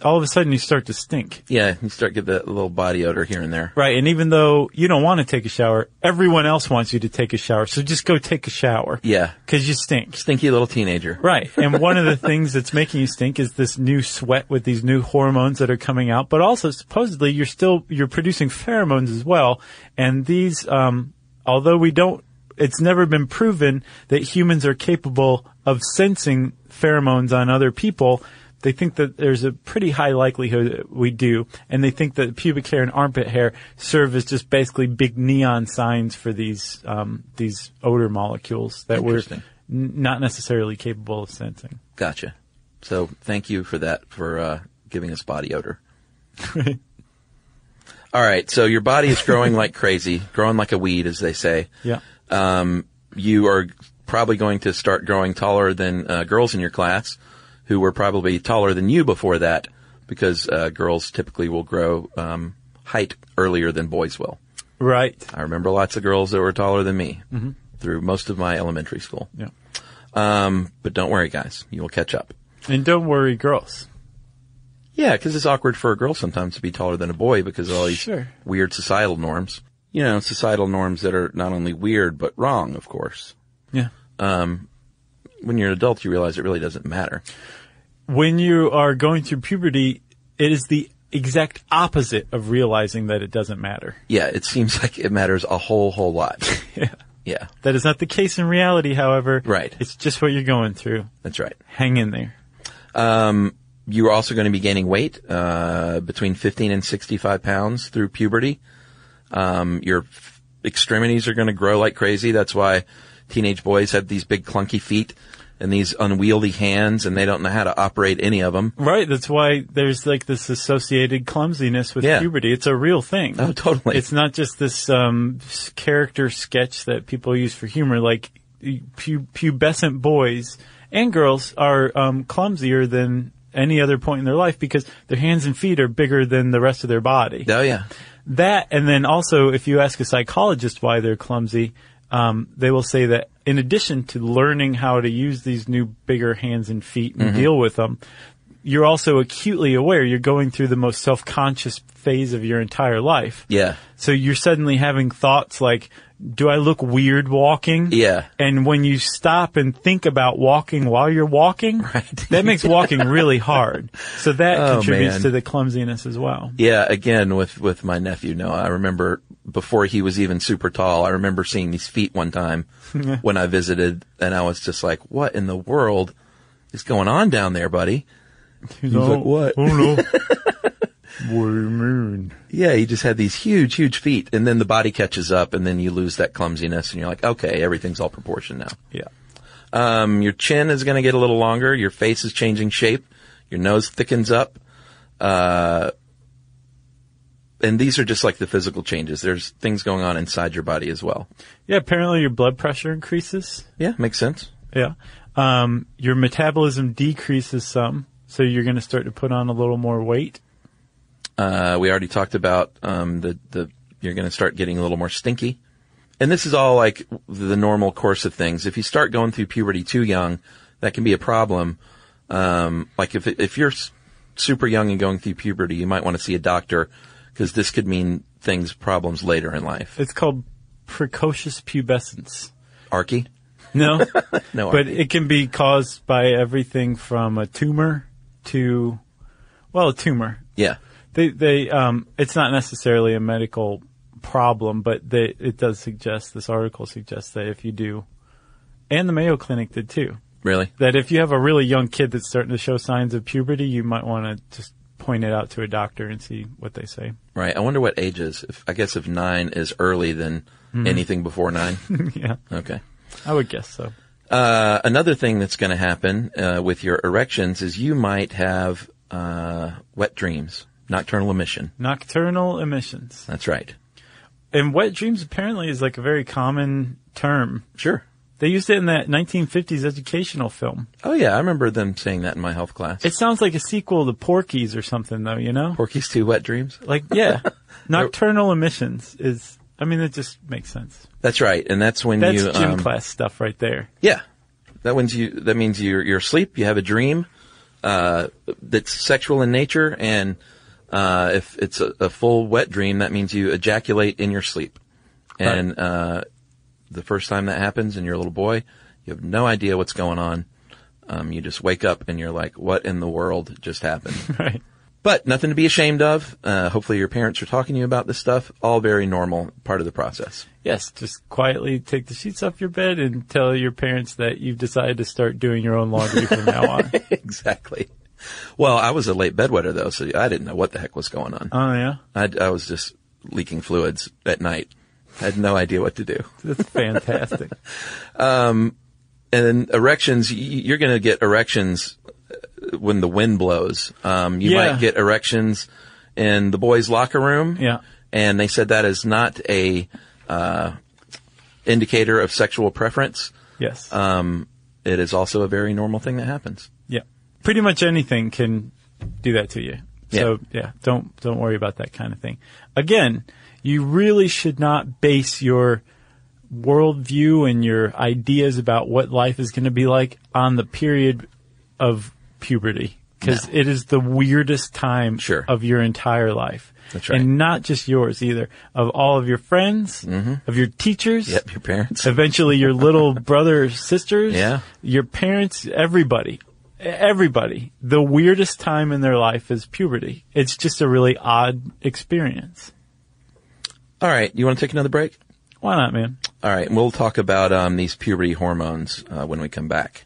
Speaker 3: all of a sudden you start to stink.
Speaker 4: Yeah, you start get the little body odor here and there.
Speaker 3: Right, and even though you don't want to take a shower, everyone else wants you to take a shower. So just go take a shower.
Speaker 4: Yeah.
Speaker 3: Because you stink.
Speaker 4: Stinky little teenager.
Speaker 3: Right. And one of the things that's making you stink is this new sweat with these new hormones that are coming out. But also supposedly you're still, you're producing pheromones as well. And these, um, although we don't, it's never been proven that humans are capable of sensing pheromones on other people. They think that there's a pretty high likelihood that we do. And they think that pubic hair and armpit hair serve as just basically big neon signs for these, um, these odor molecules that we're
Speaker 4: Interesting.
Speaker 3: n- not necessarily capable of sensing.
Speaker 4: Gotcha. So thank you for that, for uh, giving us body odor. All right. So your body is growing like crazy, growing like a weed, as they say.
Speaker 3: Yeah.
Speaker 4: Um, you are probably going to start growing taller than uh, girls in your class, who were probably taller than you before that, because uh, girls typically will grow um, height earlier than boys will.
Speaker 3: Right.
Speaker 4: I remember lots of girls that were taller than me through most of my elementary school.
Speaker 3: Yeah.
Speaker 4: Um, but don't worry, guys, you will catch up.
Speaker 3: And don't worry, girls.
Speaker 4: Yeah, because it's awkward for a girl sometimes to be taller than a boy because of all these
Speaker 3: Sure.
Speaker 4: weird societal norms. You know, societal norms that are not only weird but wrong, of course.
Speaker 3: Yeah.
Speaker 4: When you're an adult, you realize it really doesn't matter.
Speaker 3: When you are going through puberty, it is the exact opposite of realizing that it doesn't matter.
Speaker 4: Yeah, it seems like it matters a whole whole lot.
Speaker 3: Yeah.
Speaker 4: yeah,
Speaker 3: That is not the case in reality, however.
Speaker 4: Right.
Speaker 3: It's just what you're going through.
Speaker 4: that's right.
Speaker 3: Hang in there.
Speaker 4: you are also going to be gaining weight, uh, between 15 and 65 pounds through puberty. Um, your f- extremities are going to grow like crazy. That's why teenage boys have these big clunky feet and these unwieldy hands and they don't know how to operate any of them.
Speaker 3: Right. That's why there's like this associated clumsiness with
Speaker 4: Yeah.
Speaker 3: puberty. It's a real thing.
Speaker 4: Oh, totally.
Speaker 3: It's not just this um, s- character sketch that people use for humor. Like pu- pubescent boys and girls are um, clumsier than any other point in their life because their hands and feet are bigger than the rest of their body.
Speaker 4: oh yeah.
Speaker 3: That, and then also, if you ask a psychologist why they're clumsy, um, they will say that in addition to learning how to use these new bigger hands and feet
Speaker 4: Mm-hmm.
Speaker 3: and deal with them, you're also acutely aware you're going through the most self-conscious phase of your entire life.
Speaker 4: Yeah.
Speaker 3: So you're suddenly having thoughts like, do I look weird walking?
Speaker 4: Yeah.
Speaker 3: And when you stop and think about walking while you're walking, that makes walking really hard. So that
Speaker 4: Oh,
Speaker 3: contributes
Speaker 4: man.
Speaker 3: to the clumsiness as well.
Speaker 4: Yeah, again with with my nephew Noah. I remember before he was even super tall. I remember seeing these feet one time when I visited, and I was just like, "What in the world is going on down there, buddy?"
Speaker 3: He's
Speaker 4: like, "What?"
Speaker 3: Oh no. what do you mean?
Speaker 4: Yeah, he just had these huge, huge feet, and then the body catches up, and then you lose that clumsiness, and you're like, "Okay, everything's all proportion now."
Speaker 3: Yeah.
Speaker 4: Um, your chin is going to get a little longer. Your face is changing shape. Your nose thickens up. Uh, and these are just like the physical changes. There's things going on inside your body as well.
Speaker 3: Yeah, apparently your blood pressure increases.
Speaker 4: Yeah, makes sense.
Speaker 3: Yeah. Um, your metabolism decreases some, so you're going to start to put on a little more weight.
Speaker 4: Uh, we already talked about um, the the you're going to start getting a little more stinky, and this is all like the normal course of things. If you start going through puberty too young, that can be a problem. Um, like if if you're s- super young and going through puberty, you might want to see a doctor because this could mean things problems later in life.
Speaker 3: It's called precocious pubescence.
Speaker 4: Archie,
Speaker 3: No,
Speaker 4: no,
Speaker 3: but
Speaker 4: Archie.
Speaker 3: it can be caused by everything from a tumor to, well, a tumor.
Speaker 4: yeah,
Speaker 3: They, they, um, it's not necessarily a medical problem, but they, it does suggest, this article suggests that if you do, and the Mayo Clinic did too,
Speaker 4: really,
Speaker 3: that if you have a really young kid that's starting to show signs of puberty, you might want to just point it out to a doctor and see what they say.
Speaker 4: right. I wonder what age is. If, I guess if nine is early, then anything before nine.
Speaker 3: yeah,
Speaker 4: Okay.
Speaker 3: I would guess so.
Speaker 4: Uh, another thing that's going to happen uh, with your erections is you might have uh, wet dreams, nocturnal emission.
Speaker 3: Nocturnal emissions.
Speaker 4: That's right.
Speaker 3: And wet dreams apparently is like a very common term.
Speaker 4: Sure.
Speaker 3: They used it in that 1950s educational film.
Speaker 4: Oh yeah, I remember them saying that in my health class.
Speaker 3: It sounds like a sequel to Porky's or something though, you know?
Speaker 4: Porky's two wet dreams.
Speaker 3: Like, yeah. Nocturnal emissions is, I mean, it just makes sense.
Speaker 4: That's right, and that's when
Speaker 3: That's
Speaker 4: you.
Speaker 3: gym
Speaker 4: um,
Speaker 3: class stuff right there.
Speaker 4: Yeah, that means you. That means you're you're asleep. You have a dream uh, that's sexual in nature, and uh, if it's a, a full wet dream, that means you ejaculate in your sleep. And uh, the first time that happens, and you're a little boy, you have no idea what's going on. Um, you just wake up and you're like, "What in the world just happened?"
Speaker 3: Right.
Speaker 4: but nothing to be ashamed of. Uh, hopefully, your parents are talking to you about this stuff. All very normal part of the process.
Speaker 3: Yes, just quietly take the sheets off your bed and tell your parents that you've decided to start doing your own laundry from now on.
Speaker 4: exactly. Well, I was a late bedwetter though, so I didn't know what the heck was going on.
Speaker 3: Oh yeah,
Speaker 4: I, I was just leaking fluids at night. I had no idea what to do.
Speaker 3: that's fantastic.
Speaker 4: And then erections, y- you're going to get erections uh, when the wind blows. Um, you
Speaker 3: Yeah.
Speaker 4: might get erections in the boys' locker room.
Speaker 3: Yeah.
Speaker 4: And they said that is not a, uh, indicator of sexual preference.
Speaker 3: yes.
Speaker 4: Um, it is also a very normal thing that happens.
Speaker 3: yeah. Pretty much anything can do that to you. So yeah, don't don't worry about that kind of thing. Again, you really should not base your worldview and your ideas about what life is going to be like on the period of puberty because it is the weirdest time
Speaker 4: Sure.
Speaker 3: of your entire life.
Speaker 4: That's right.
Speaker 3: And not just yours either, of all of your friends, of your teachers,
Speaker 4: Mm-hmm. Yep. Your parents.
Speaker 3: eventually your little brother or sisters,
Speaker 4: Yeah.
Speaker 3: your parents, everybody. Everybody. The weirdest time in their life is puberty. It's just a really odd experience.
Speaker 4: All right. You want to take another break?
Speaker 3: Why not, man?
Speaker 4: All right, and we'll talk about um, these puberty hormones uh, when we come back.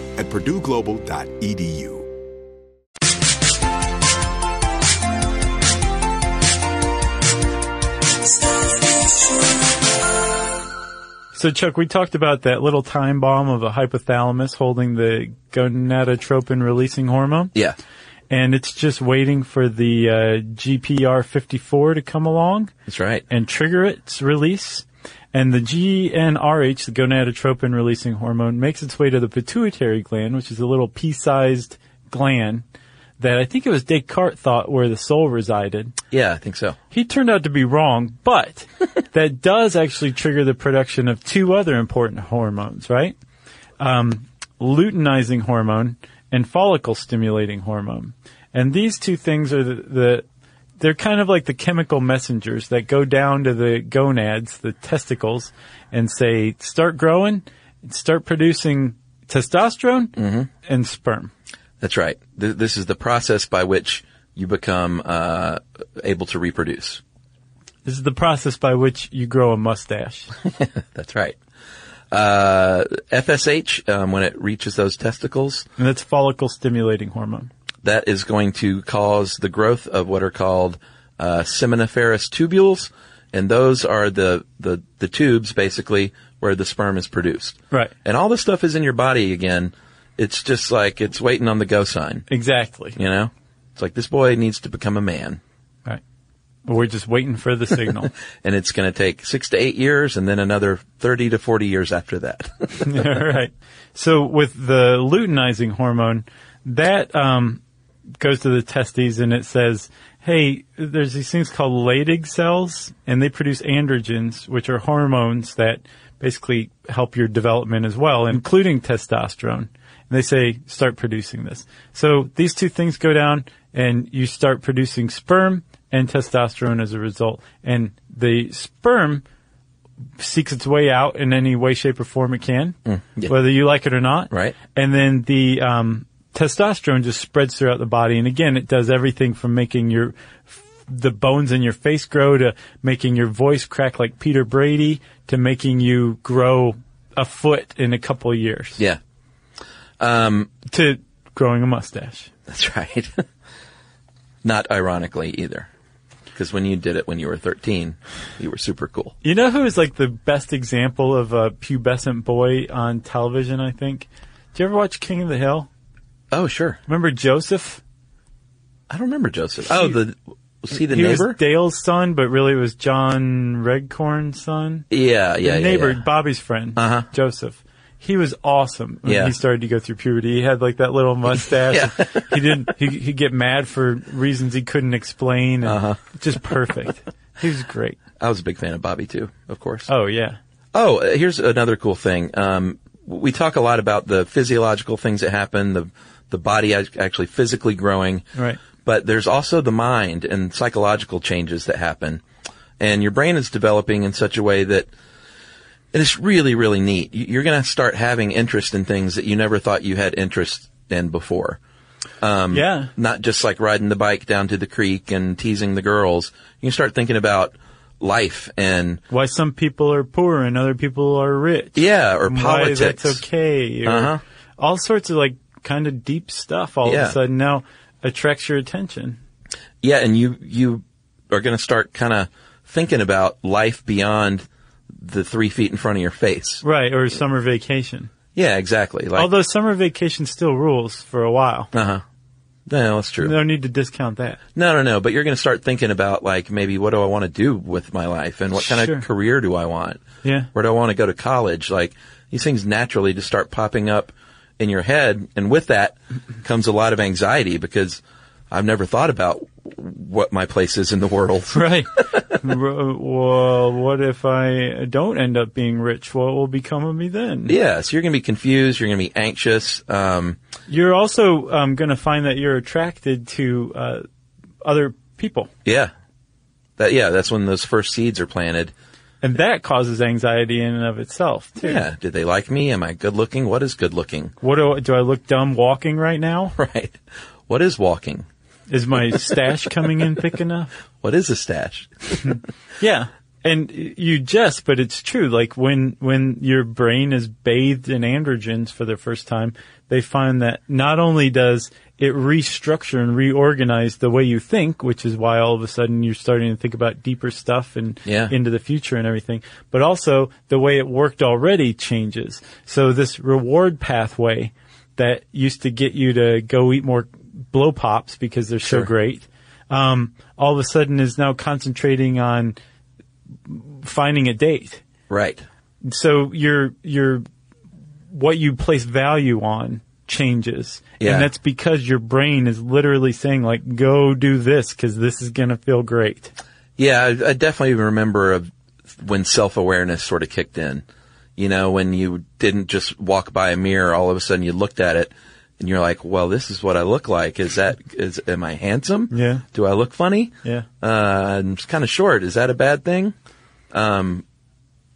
Speaker 5: at purdueglobal.edu
Speaker 3: So, Chuck, we talked about that little time bomb of a hypothalamus holding the gonadotropin releasing hormone.
Speaker 4: Yeah.
Speaker 3: And it's just waiting for the uh, GPR54 to come along
Speaker 4: That's right.
Speaker 3: and trigger its release. And the GnRH, the gonadotropin releasing hormone, makes its way to the pituitary gland, which is a little pea-sized gland that I think it was Descartes thought where the soul resided.
Speaker 4: Yeah, I think so.
Speaker 3: He turned out to be wrong, but that does actually trigger the production of two other important hormones, right? Um, luteinizing hormone and follicle stimulating hormone. And these two things are the, the, they're kind of like the chemical messengers that go down to the gonads, the testicles, and say, start growing, start producing testosterone and sperm.
Speaker 4: That's right. Th- this is the process by which you become uh, able to reproduce.
Speaker 3: This is the process by which you grow a mustache.
Speaker 4: That's right. Uh, FSH, um, when it reaches those testicles,
Speaker 3: And that's follicle stimulating hormone.
Speaker 4: that is going to cause the growth of what are called uh, seminiferous tubules, and those are the, the the tubes basically where the sperm is produced.
Speaker 3: Right.
Speaker 4: And all this stuff is in your body again. It's just like it's waiting on the go sign.
Speaker 3: Exactly.
Speaker 4: You know, it's like this boy needs to become a man,
Speaker 3: Right. We're just waiting for the signal.
Speaker 4: and it's going to take six to eight years, and then another thirty to forty years after that.
Speaker 3: All right. So with the luteinizing hormone, that um, goes to the testes and it says, "Hey, there's these things called Leydig cells, and they produce androgens, which are hormones that basically help your development as well, including testosterone." And they say, "Start producing this." So these two things go down, and you start producing sperm and testosterone as a result. And the sperm seeks its way out in any way, shape, or form it can, whether you like it or not.
Speaker 4: Right.
Speaker 3: And then the um, testosterone just spreads throughout the body, and again, it does everything from making your the bones in your face grow to making your voice crack like Peter Brady to making you grow a foot in a couple of years
Speaker 4: yeah,
Speaker 3: to growing a mustache.
Speaker 4: that's right. Not ironically either, because when you did it when you were thirteen, you were super cool.
Speaker 3: You know who is like the best example of a pubescent boy on television? I think. Do you ever watch King of the Hill?
Speaker 4: Oh sure,
Speaker 3: Remember Joseph?
Speaker 4: I don't remember Joseph. Oh, the was he the
Speaker 3: he
Speaker 4: neighbor?
Speaker 3: was Dale's son, but really it was John Redcorn's son.
Speaker 4: yeah, yeah,
Speaker 3: the
Speaker 4: yeah,
Speaker 3: neighbor,
Speaker 4: yeah. Uh-huh.
Speaker 3: Bobby's friend, Joseph. he was awesome when
Speaker 4: Yeah.
Speaker 3: he started to go through puberty. He had like that little mustache. He didn't, he, he'd get mad for reasons he couldn't explain. And
Speaker 4: Uh-huh.
Speaker 3: Just perfect. he was great.
Speaker 4: I was a big fan of Bobby too, of course.
Speaker 3: Oh yeah.
Speaker 4: Oh, uh, here's another cool thing. Um, we talk a lot about the physiological things that happen, the the body act- actually physically growing,
Speaker 3: Right.
Speaker 4: But there's also the mind and psychological changes that happen, and your brain is developing in such a way that, and it's really really neat. You- You're going to start having interest in things that you never thought you had interest in before. Um,
Speaker 3: yeah.
Speaker 4: Not just like riding the bike down to the creek and teasing the girls. You can start thinking about life and
Speaker 3: Why some people are poor and other people are rich.
Speaker 4: yeah, or
Speaker 3: why
Speaker 4: politics.
Speaker 3: that's okay. or
Speaker 4: Uh-huh.
Speaker 3: All sorts of like kind of deep stuff all of
Speaker 4: Yeah.
Speaker 3: a sudden now attracts your attention.
Speaker 4: Yeah, and you you are going to start kind of thinking about life beyond the three feet in front of your face.
Speaker 3: Right. Or summer vacation.
Speaker 4: Yeah, exactly. Like,
Speaker 3: Although summer vacation still rules for a while.
Speaker 4: uh huh. No, that's true.
Speaker 3: No need to discount that.
Speaker 4: No, no, no. But you're going to start thinking about like maybe what do I want to do with my life and what kind
Speaker 3: Sure.
Speaker 4: of career do I want?
Speaker 3: Yeah.
Speaker 4: Where do I want to go to college? Like these things naturally just start popping up in your head, and with that comes a lot of anxiety because I've never thought about what my place is in the world.
Speaker 3: Right. R- well, what if I don't end up being rich? What will become of me then?
Speaker 4: Yeah, so you're going to be confused. You're going to be anxious. Um,
Speaker 3: You're also um, going to find that you're attracted to uh, other people,
Speaker 4: yeah, that yeah, that's when those first seeds are planted.
Speaker 3: and that causes anxiety in and of itself too.
Speaker 4: Yeah, did they like me? Am I good looking? What is good looking?
Speaker 3: What do I, do I look dumb walking right now?
Speaker 4: Right. What is walking?
Speaker 3: Is my stash coming in thick enough?
Speaker 4: What is a stash?
Speaker 3: Yeah. And you jest, but it's true. Like when, when your brain is bathed in androgens for the first time, they find that not only does it restructure and reorganize the way you think, which is why all of a sudden you're starting to think about deeper stuff and
Speaker 4: Yeah.
Speaker 3: into the future and everything, but also the way it worked already changes. So this reward pathway that used to get you to go eat more blow pops because they're so great um, all of a sudden is now concentrating on finding a date.
Speaker 4: Right.
Speaker 3: So your your what you place value on changes,
Speaker 4: Yeah.
Speaker 3: and that's because your brain is literally saying like, "Go do this because this is gonna feel great."
Speaker 4: Yeah, I, I definitely remember of when self awareness sort of kicked in. You know, when you didn't just walk by a mirror, all of a sudden you looked at it and you're like, "Well, this is what I look like. Is that is am I handsome?
Speaker 3: Yeah.
Speaker 4: Do I look funny?
Speaker 3: Yeah.
Speaker 4: Uh, I'm kind of short. Is that a bad thing? Um,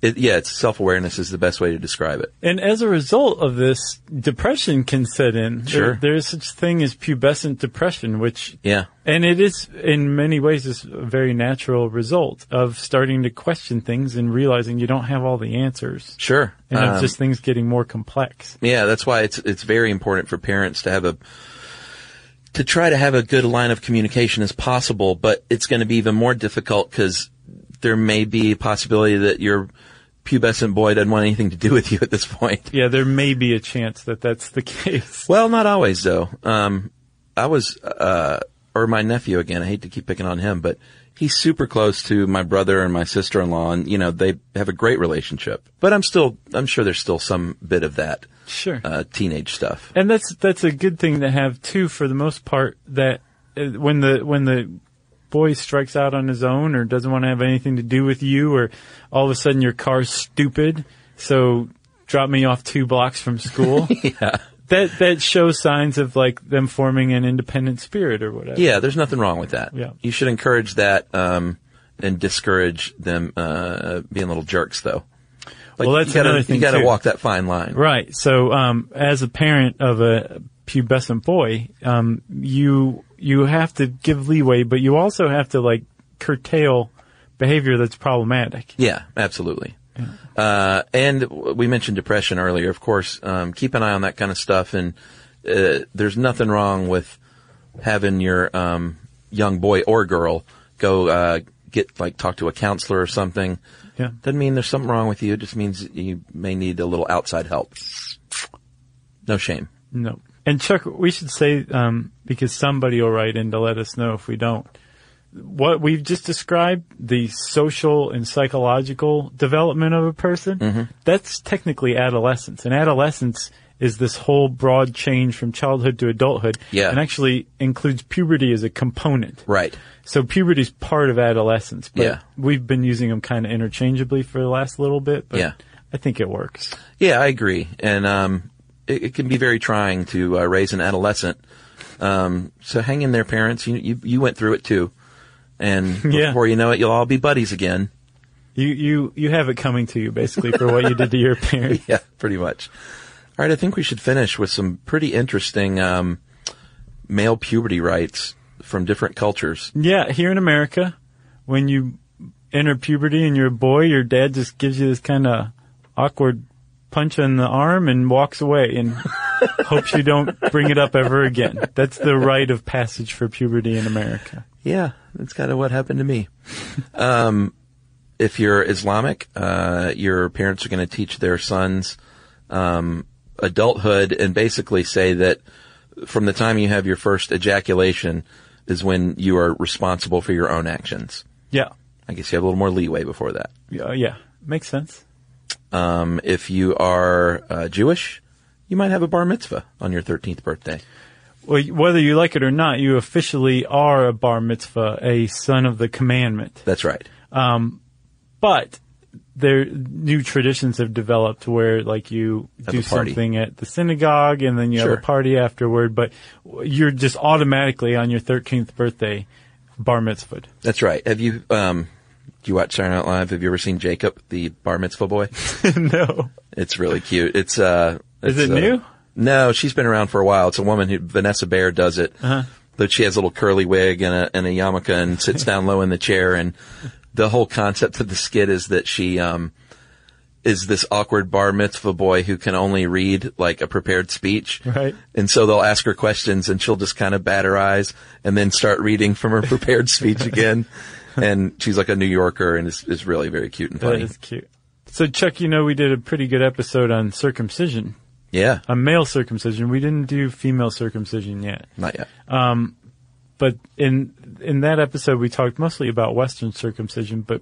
Speaker 4: it, yeah, it's self awareness is the best way to describe it.
Speaker 3: And as a result of this, depression can set in. There-
Speaker 4: Sure.
Speaker 3: there is such thing as pubescent depression, which
Speaker 4: Yeah.
Speaker 3: And it is, in many ways, is a very natural result of starting to question things and realizing you don't have all the answers.
Speaker 4: Sure.
Speaker 3: And of
Speaker 4: Um,
Speaker 3: just things getting more complex.
Speaker 4: Yeah, that's why it's it's very important for parents to have a to try to have a good line of communication as possible, but it's going to be even more difficult because there may be a possibility that your pubescent boy doesn't want anything to do with you at this point.
Speaker 3: Yeah, there may be a chance that that's the case.
Speaker 4: Well, not always though. Um, I was, uh, or my nephew again. I hate to keep picking on him, but he's super close to my brother and my sister-in-law, and you know they have a great relationship. But I'm still, I'm sure there's still some bit of that
Speaker 3: Sure.
Speaker 4: uh, teenage stuff.
Speaker 3: and that's that's a good thing to have too, for the most part. That uh, when the when the boy strikes out on his own or doesn't want to have anything to do with you, or all of a sudden your car's stupid, so drop me off two blocks from school. yeah. That that shows signs of like them forming an independent spirit or whatever.
Speaker 4: Yeah, there's nothing wrong with that.
Speaker 3: Yeah.
Speaker 4: You should encourage that um, and discourage them uh, being little jerks, though. Like,
Speaker 3: Well, that's
Speaker 4: you gotta,
Speaker 3: another thing,
Speaker 4: You got to
Speaker 3: too.
Speaker 4: walk that fine line.
Speaker 3: Right. So, um, as a parent of a pubescent boy, um, you you have to give leeway, but you also have to like curtail behavior that's problematic.
Speaker 4: Yeah, absolutely. Uh, and w- we mentioned depression earlier. Of course, um, keep an eye on that kind of stuff. And uh, there's nothing wrong with having your um, young boy or girl go uh, get like talk to a counselor or something.
Speaker 3: Yeah.
Speaker 4: Doesn't mean there's something wrong with you. It just means you may need a little outside help. No shame.
Speaker 3: No. And Chuck, we should say um, because somebody will write in to let us know if we don't. what we've just described, the social and psychological development of a person,
Speaker 4: Mm-hmm.
Speaker 3: that's technically adolescence. And adolescence is this whole broad change from childhood to adulthood.
Speaker 4: Yeah.
Speaker 3: And actually includes puberty as a component.
Speaker 4: Right.
Speaker 3: So puberty's part of adolescence, but
Speaker 4: Yeah.
Speaker 3: we've been using them kind of interchangeably for the last little bit, but
Speaker 4: Yeah.
Speaker 3: I think it works.
Speaker 4: Yeah, I agree. And um, it, it can be very trying to uh, raise an adolescent. Um, so hang in there, parents. You, you you went through it too, and
Speaker 3: Yeah.
Speaker 4: before you know it, you'll all be buddies again.
Speaker 3: You, you, you have it coming to you basically for what you did to your parents.
Speaker 4: Yeah, pretty much. All right, I think we should finish with some pretty interesting um, male puberty rites from different cultures.
Speaker 3: Yeah, here in America, when you enter puberty and you're a boy, your dad just gives you this kind of awkward punch on the arm and walks away and hopes you don't bring it up ever again. That's the rite of passage for puberty in America.
Speaker 4: Yeah, that's kind of what happened to me. um, if you're Islamic, uh, your parents are going to teach their sons um, adulthood and basically say that from the time you have your first ejaculation is when you are responsible for your own actions.
Speaker 3: Yeah.
Speaker 4: I guess you have a little more leeway before that.
Speaker 3: Yeah, uh, yeah. Makes sense.
Speaker 4: Um, if you are uh, Jewish, you might have a bar mitzvah on your 13th birthday.
Speaker 3: Well, y- whether you like it or not, you officially are a bar mitzvah, a son of the commandment.
Speaker 4: That's right.
Speaker 3: but there new traditions have developed where like you
Speaker 4: Have
Speaker 3: do
Speaker 4: a party.
Speaker 3: something at the synagogue and then you
Speaker 4: Sure.
Speaker 3: have a party afterward but w- you're just automatically on your 13th birthday bar mitzvah
Speaker 4: That's right. Have you, um, do you watch Saturday Night Live? Have you ever seen Jacob, the bar mitzvah boy?
Speaker 3: no
Speaker 4: It's really cute. It's uh,
Speaker 3: Is
Speaker 4: it's,
Speaker 3: it
Speaker 4: uh,
Speaker 3: new?
Speaker 4: No, she's been around for a while. It's a woman who Vanessa Bayer does it.
Speaker 3: Uh-huh.
Speaker 4: But she has a little curly wig and a and a yarmulke and sits down low in the chair. And the whole concept of the skit is that she um is this awkward bar mitzvah boy who can only read like a prepared speech.
Speaker 3: Right.
Speaker 4: And so they'll ask her questions and she'll just kind of bat her eyes and then start reading from her prepared speech again. And she's like a New Yorker and is, is really very cute and
Speaker 3: that
Speaker 4: funny.
Speaker 3: is cute so chuck you know we did a pretty good episode on circumcision
Speaker 4: Yeah.
Speaker 3: on male circumcision we didn't do female circumcision yet
Speaker 4: Not yet.
Speaker 3: but in in that episode we talked mostly about Western circumcision, but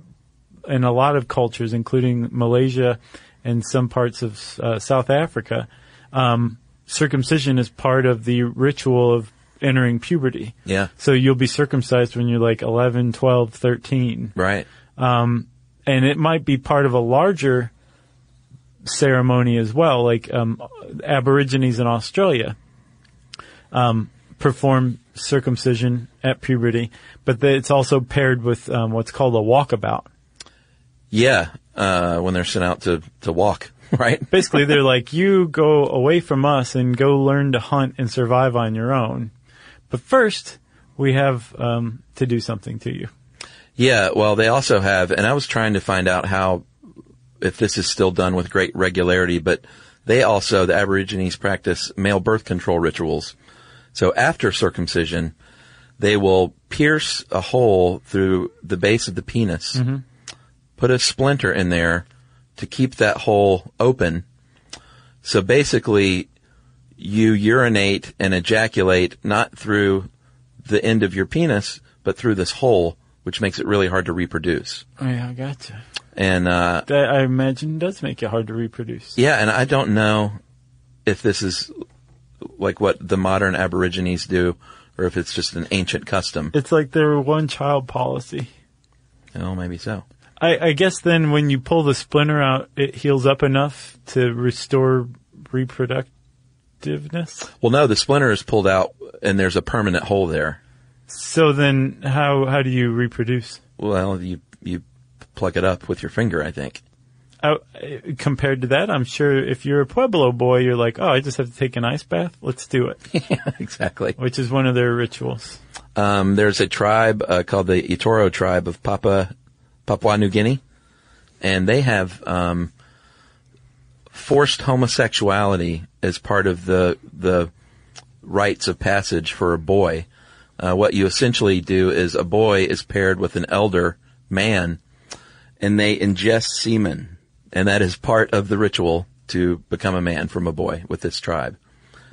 Speaker 3: in a lot of cultures, including Malaysia and some parts of uh, South Africa, um, circumcision is part of the ritual of entering puberty.
Speaker 4: Yeah.
Speaker 3: So you'll be circumcised when you're like 11, 12, 13,
Speaker 4: Right.
Speaker 3: and it might be part of a larger ceremony as well. Like um, Aborigines in Australia um, perform circumcision at puberty, but the, it's also paired with um, what's called a walkabout.
Speaker 4: Yeah, uh, when they're sent out to, to walk, right?
Speaker 3: Basically, they're like, you go away from us and go learn to hunt and survive on your own. But first, we have um, to do something to you.
Speaker 4: Yeah, well, they also have, and I was trying to find out how, if this is still done with great regularity, but they also, the Aborigines practice male birth control rituals. So after circumcision, they will pierce a hole through the base of the penis, put a splinter in there to keep that hole open. So basically, you urinate and ejaculate not through the end of your penis, but through this hole, which makes it really hard to reproduce.
Speaker 3: Oh, yeah, I gotcha.
Speaker 4: And uh,
Speaker 3: That, I imagine, does make it hard to reproduce.
Speaker 4: yeah, and I don't know if this is like what the modern Aborigines do, or if it's just an ancient custom.
Speaker 3: It's like their one child policy.
Speaker 4: Oh, maybe so.
Speaker 3: I, I guess then when you pull the splinter out, it heals up enough to restore reproductiveness.
Speaker 4: Well, no, the splinter is pulled out, and there's a permanent hole there.
Speaker 3: So then, how how do you reproduce?
Speaker 4: Well, you you pluck it up with your finger, I think.
Speaker 3: Uh, compared to that, I'm sure if you're a Pueblo boy, you're like, oh, I just have to take an ice bath. Let's do it,
Speaker 4: exactly.
Speaker 3: which is one of their rituals.
Speaker 4: Um, there's a tribe uh, called the Itoro tribe of Papua Papua New Guinea, and they have um, forced homosexuality as part of the the rites of passage for a boy. Uh, what you essentially do is a boy is paired with an elder man, and they ingest semen, and that is part of the ritual to become a man from a boy with this tribe.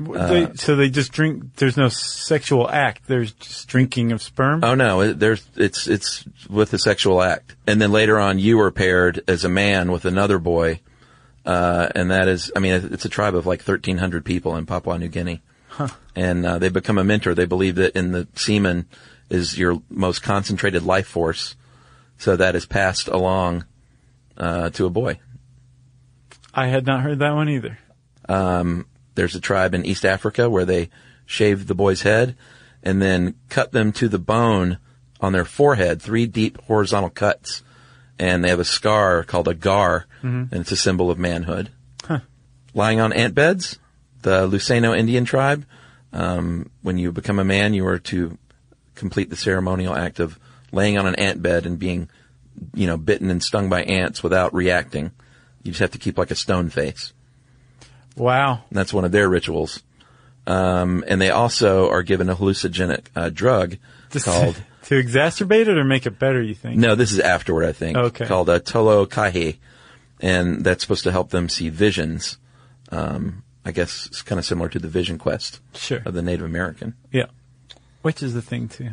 Speaker 3: they, so they just drink. There's no sexual act. There's just drinking of sperm.
Speaker 4: Oh no, it, there's it's it's with a sexual act, and then later on you are paired as a man with another boy, uh, and that is, I mean, it's a tribe of like 1,300 people in Papua New Guinea, and uh, they become a mentor. They believe that in the semen is your most concentrated life force, so that is passed along uh, to a boy.
Speaker 3: I had not heard that one either.
Speaker 4: Um, there's a tribe in East Africa where they shave the boy's head and then cut them to the bone on their forehead, three deep horizontal cuts. And they have a scar called a gar, and it's a symbol of manhood. Lying on ant beds, the Luceno Indian tribe, um, when you become a man, you are to complete the ceremonial act of laying on an ant bed and being, you know, bitten and stung by ants without reacting. You just have to keep like a stone face.
Speaker 3: Wow.
Speaker 4: And That's one of their rituals. Um, and they also are given a hallucinogenic uh, drug
Speaker 3: Just
Speaker 4: called.
Speaker 3: to exacerbate it or make it better. You think?
Speaker 4: No, this is afterward, I think.
Speaker 3: Okay.
Speaker 4: Called uh, Tolo Kahi. And that's supposed to help them see visions. Um, I guess it's kind of similar to the vision quest
Speaker 3: Sure.
Speaker 4: of the Native American.
Speaker 3: Yeah. Which is the thing too.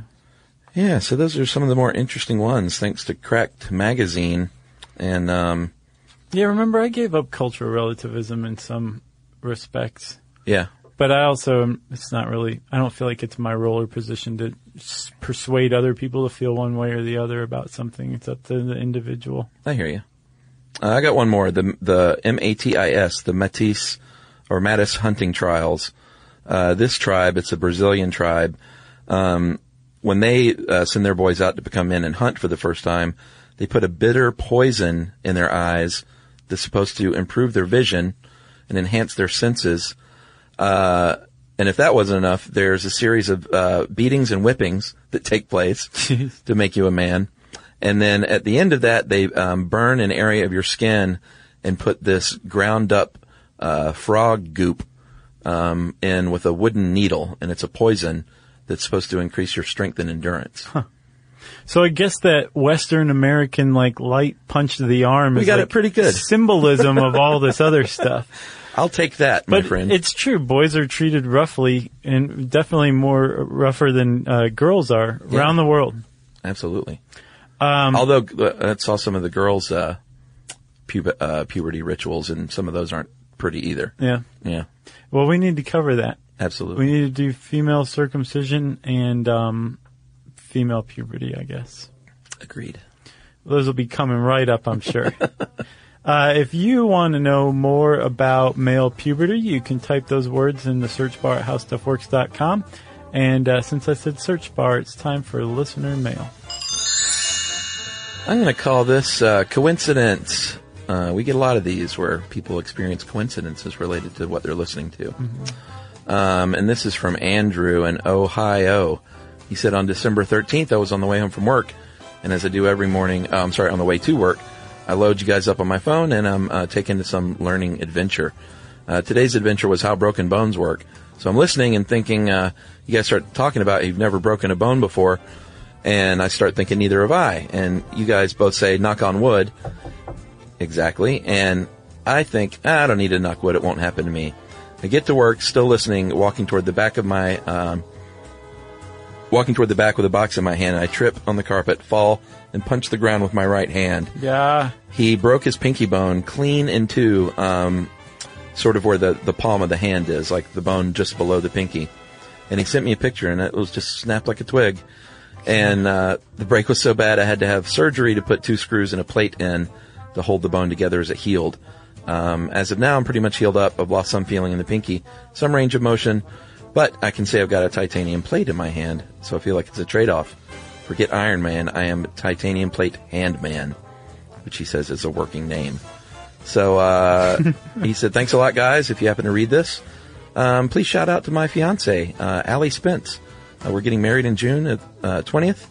Speaker 4: Yeah, so those are some of the more interesting ones, thanks to Cracked Magazine. And um,
Speaker 3: Yeah. Remember, I gave up cultural relativism in some respects,
Speaker 4: yeah,
Speaker 3: but I also am- it's not really. I don't feel like it's my role or position to s- persuade other people to feel one way or the other about something. It's up to the individual.
Speaker 4: I hear you. Uh, I got one more. The the M A T I S, the Matisse or Mattis hunting trials. Uh, this tribe, it's a Brazilian tribe. Um, when they uh, send their boys out to become men and hunt for the first time, they put a bitter poison in their eyes that's supposed to improve their vision and enhance their senses. Uh, and if that wasn't enough, there's a series of uh, beatings and whippings that take place to make you a man. And then at the end of that, they um, burn an area of your skin and put this ground up uh, frog goop um, in with a wooden needle, and it's a poison that's supposed to increase your strength and endurance.
Speaker 3: So I guess that Western American like light punch to the arm
Speaker 4: We
Speaker 3: is
Speaker 4: got it
Speaker 3: like
Speaker 4: pretty good.
Speaker 3: symbolism of all this other stuff.
Speaker 4: I'll take that,
Speaker 3: But
Speaker 4: my friend.
Speaker 3: it's true. Boys are treated roughly and definitely more rougher than uh, girls are
Speaker 4: Yeah.
Speaker 3: around the world.
Speaker 4: Absolutely. Although uh, I saw some of the girls' uh, puber- uh, puberty rituals, and some of those aren't pretty either.
Speaker 3: Yeah.
Speaker 4: Yeah,
Speaker 3: Well, we need to cover that.
Speaker 4: absolutely.
Speaker 3: We need to do female circumcision and um, female puberty, I guess.
Speaker 4: Agreed.
Speaker 3: Those will be coming right up, I'm sure. uh, if you want to know more about male puberty, you can type those words in the search bar at howstuffworks.com. And uh, since I said search bar, it's time for listener mail.
Speaker 4: I'm going to call this uh, coincidence. Uh, we get a lot of these where people experience coincidences related to what they're listening to. Um, and this is from Andrew in Ohio. He said, On December 13th, I was on the way home from work. And as I do every morning, uh, I'm sorry, on the way to work, I load you guys up on my phone and I'm uh, taken to some learning adventure. Uh, today's adventure was how broken bones work. So I'm listening and thinking, uh, you guys start talking about you've never broken a bone before. And I start thinking, neither have I. And you guys both say, knock on wood. Exactly. And I think, "Ah, I don't need to knock wood. It won't happen to me. I get to work, still listening, walking toward the back of my, um, walking toward the back with a box in my hand. I trip on the carpet, fall, and punch the ground with my right hand.
Speaker 3: Yeah.
Speaker 4: He broke his pinky bone clean in two, um, sort of where the, the palm of the hand is, like the bone just below the pinky. And he sent me a picture, and it was just snapped like a twig. And uh, the break was so bad, I had to have surgery to put two screws and a plate in to hold the bone together as it healed. Um, as of now, I'm pretty much healed up. I've lost some feeling in the pinky, some range of motion, but I can say I've got a titanium plate in my hand, so I feel like it's a trade-off. Forget Iron Man, I am Titanium Plate Hand Man which he says is a working name. So uh, he said, "Thanks a lot, guys. If you happen to read this, um, please shout out to my fiance, uh, Allie Spence. Uh, we're getting married in June uh, twentieth,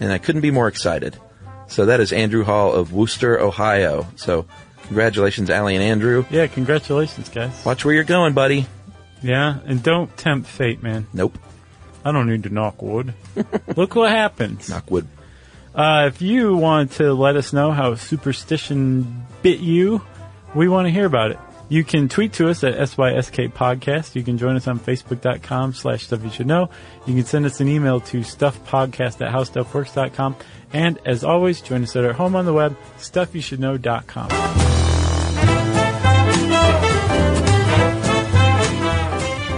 Speaker 4: and I couldn't be more excited." So that is Andrew Hall of Wooster, Ohio. So congratulations, Allie and Andrew.
Speaker 3: Yeah, congratulations, guys.
Speaker 4: Watch where you're going, buddy.
Speaker 3: Yeah, and don't tempt fate, man.
Speaker 4: Nope,
Speaker 3: I don't need to knock wood. Look what happens.
Speaker 4: knock wood.
Speaker 3: Uh, if you want to let us know how superstition bit you, we want to hear about it.
Speaker 6: You can tweet to us at SYSK Podcast. You can join us on Facebook.com slash Stuff You Should Know. You can send us an email to StuffPodcast at HowStuffWorks.com. And as always, join us at our home on the web, StuffYouShouldKnow.com.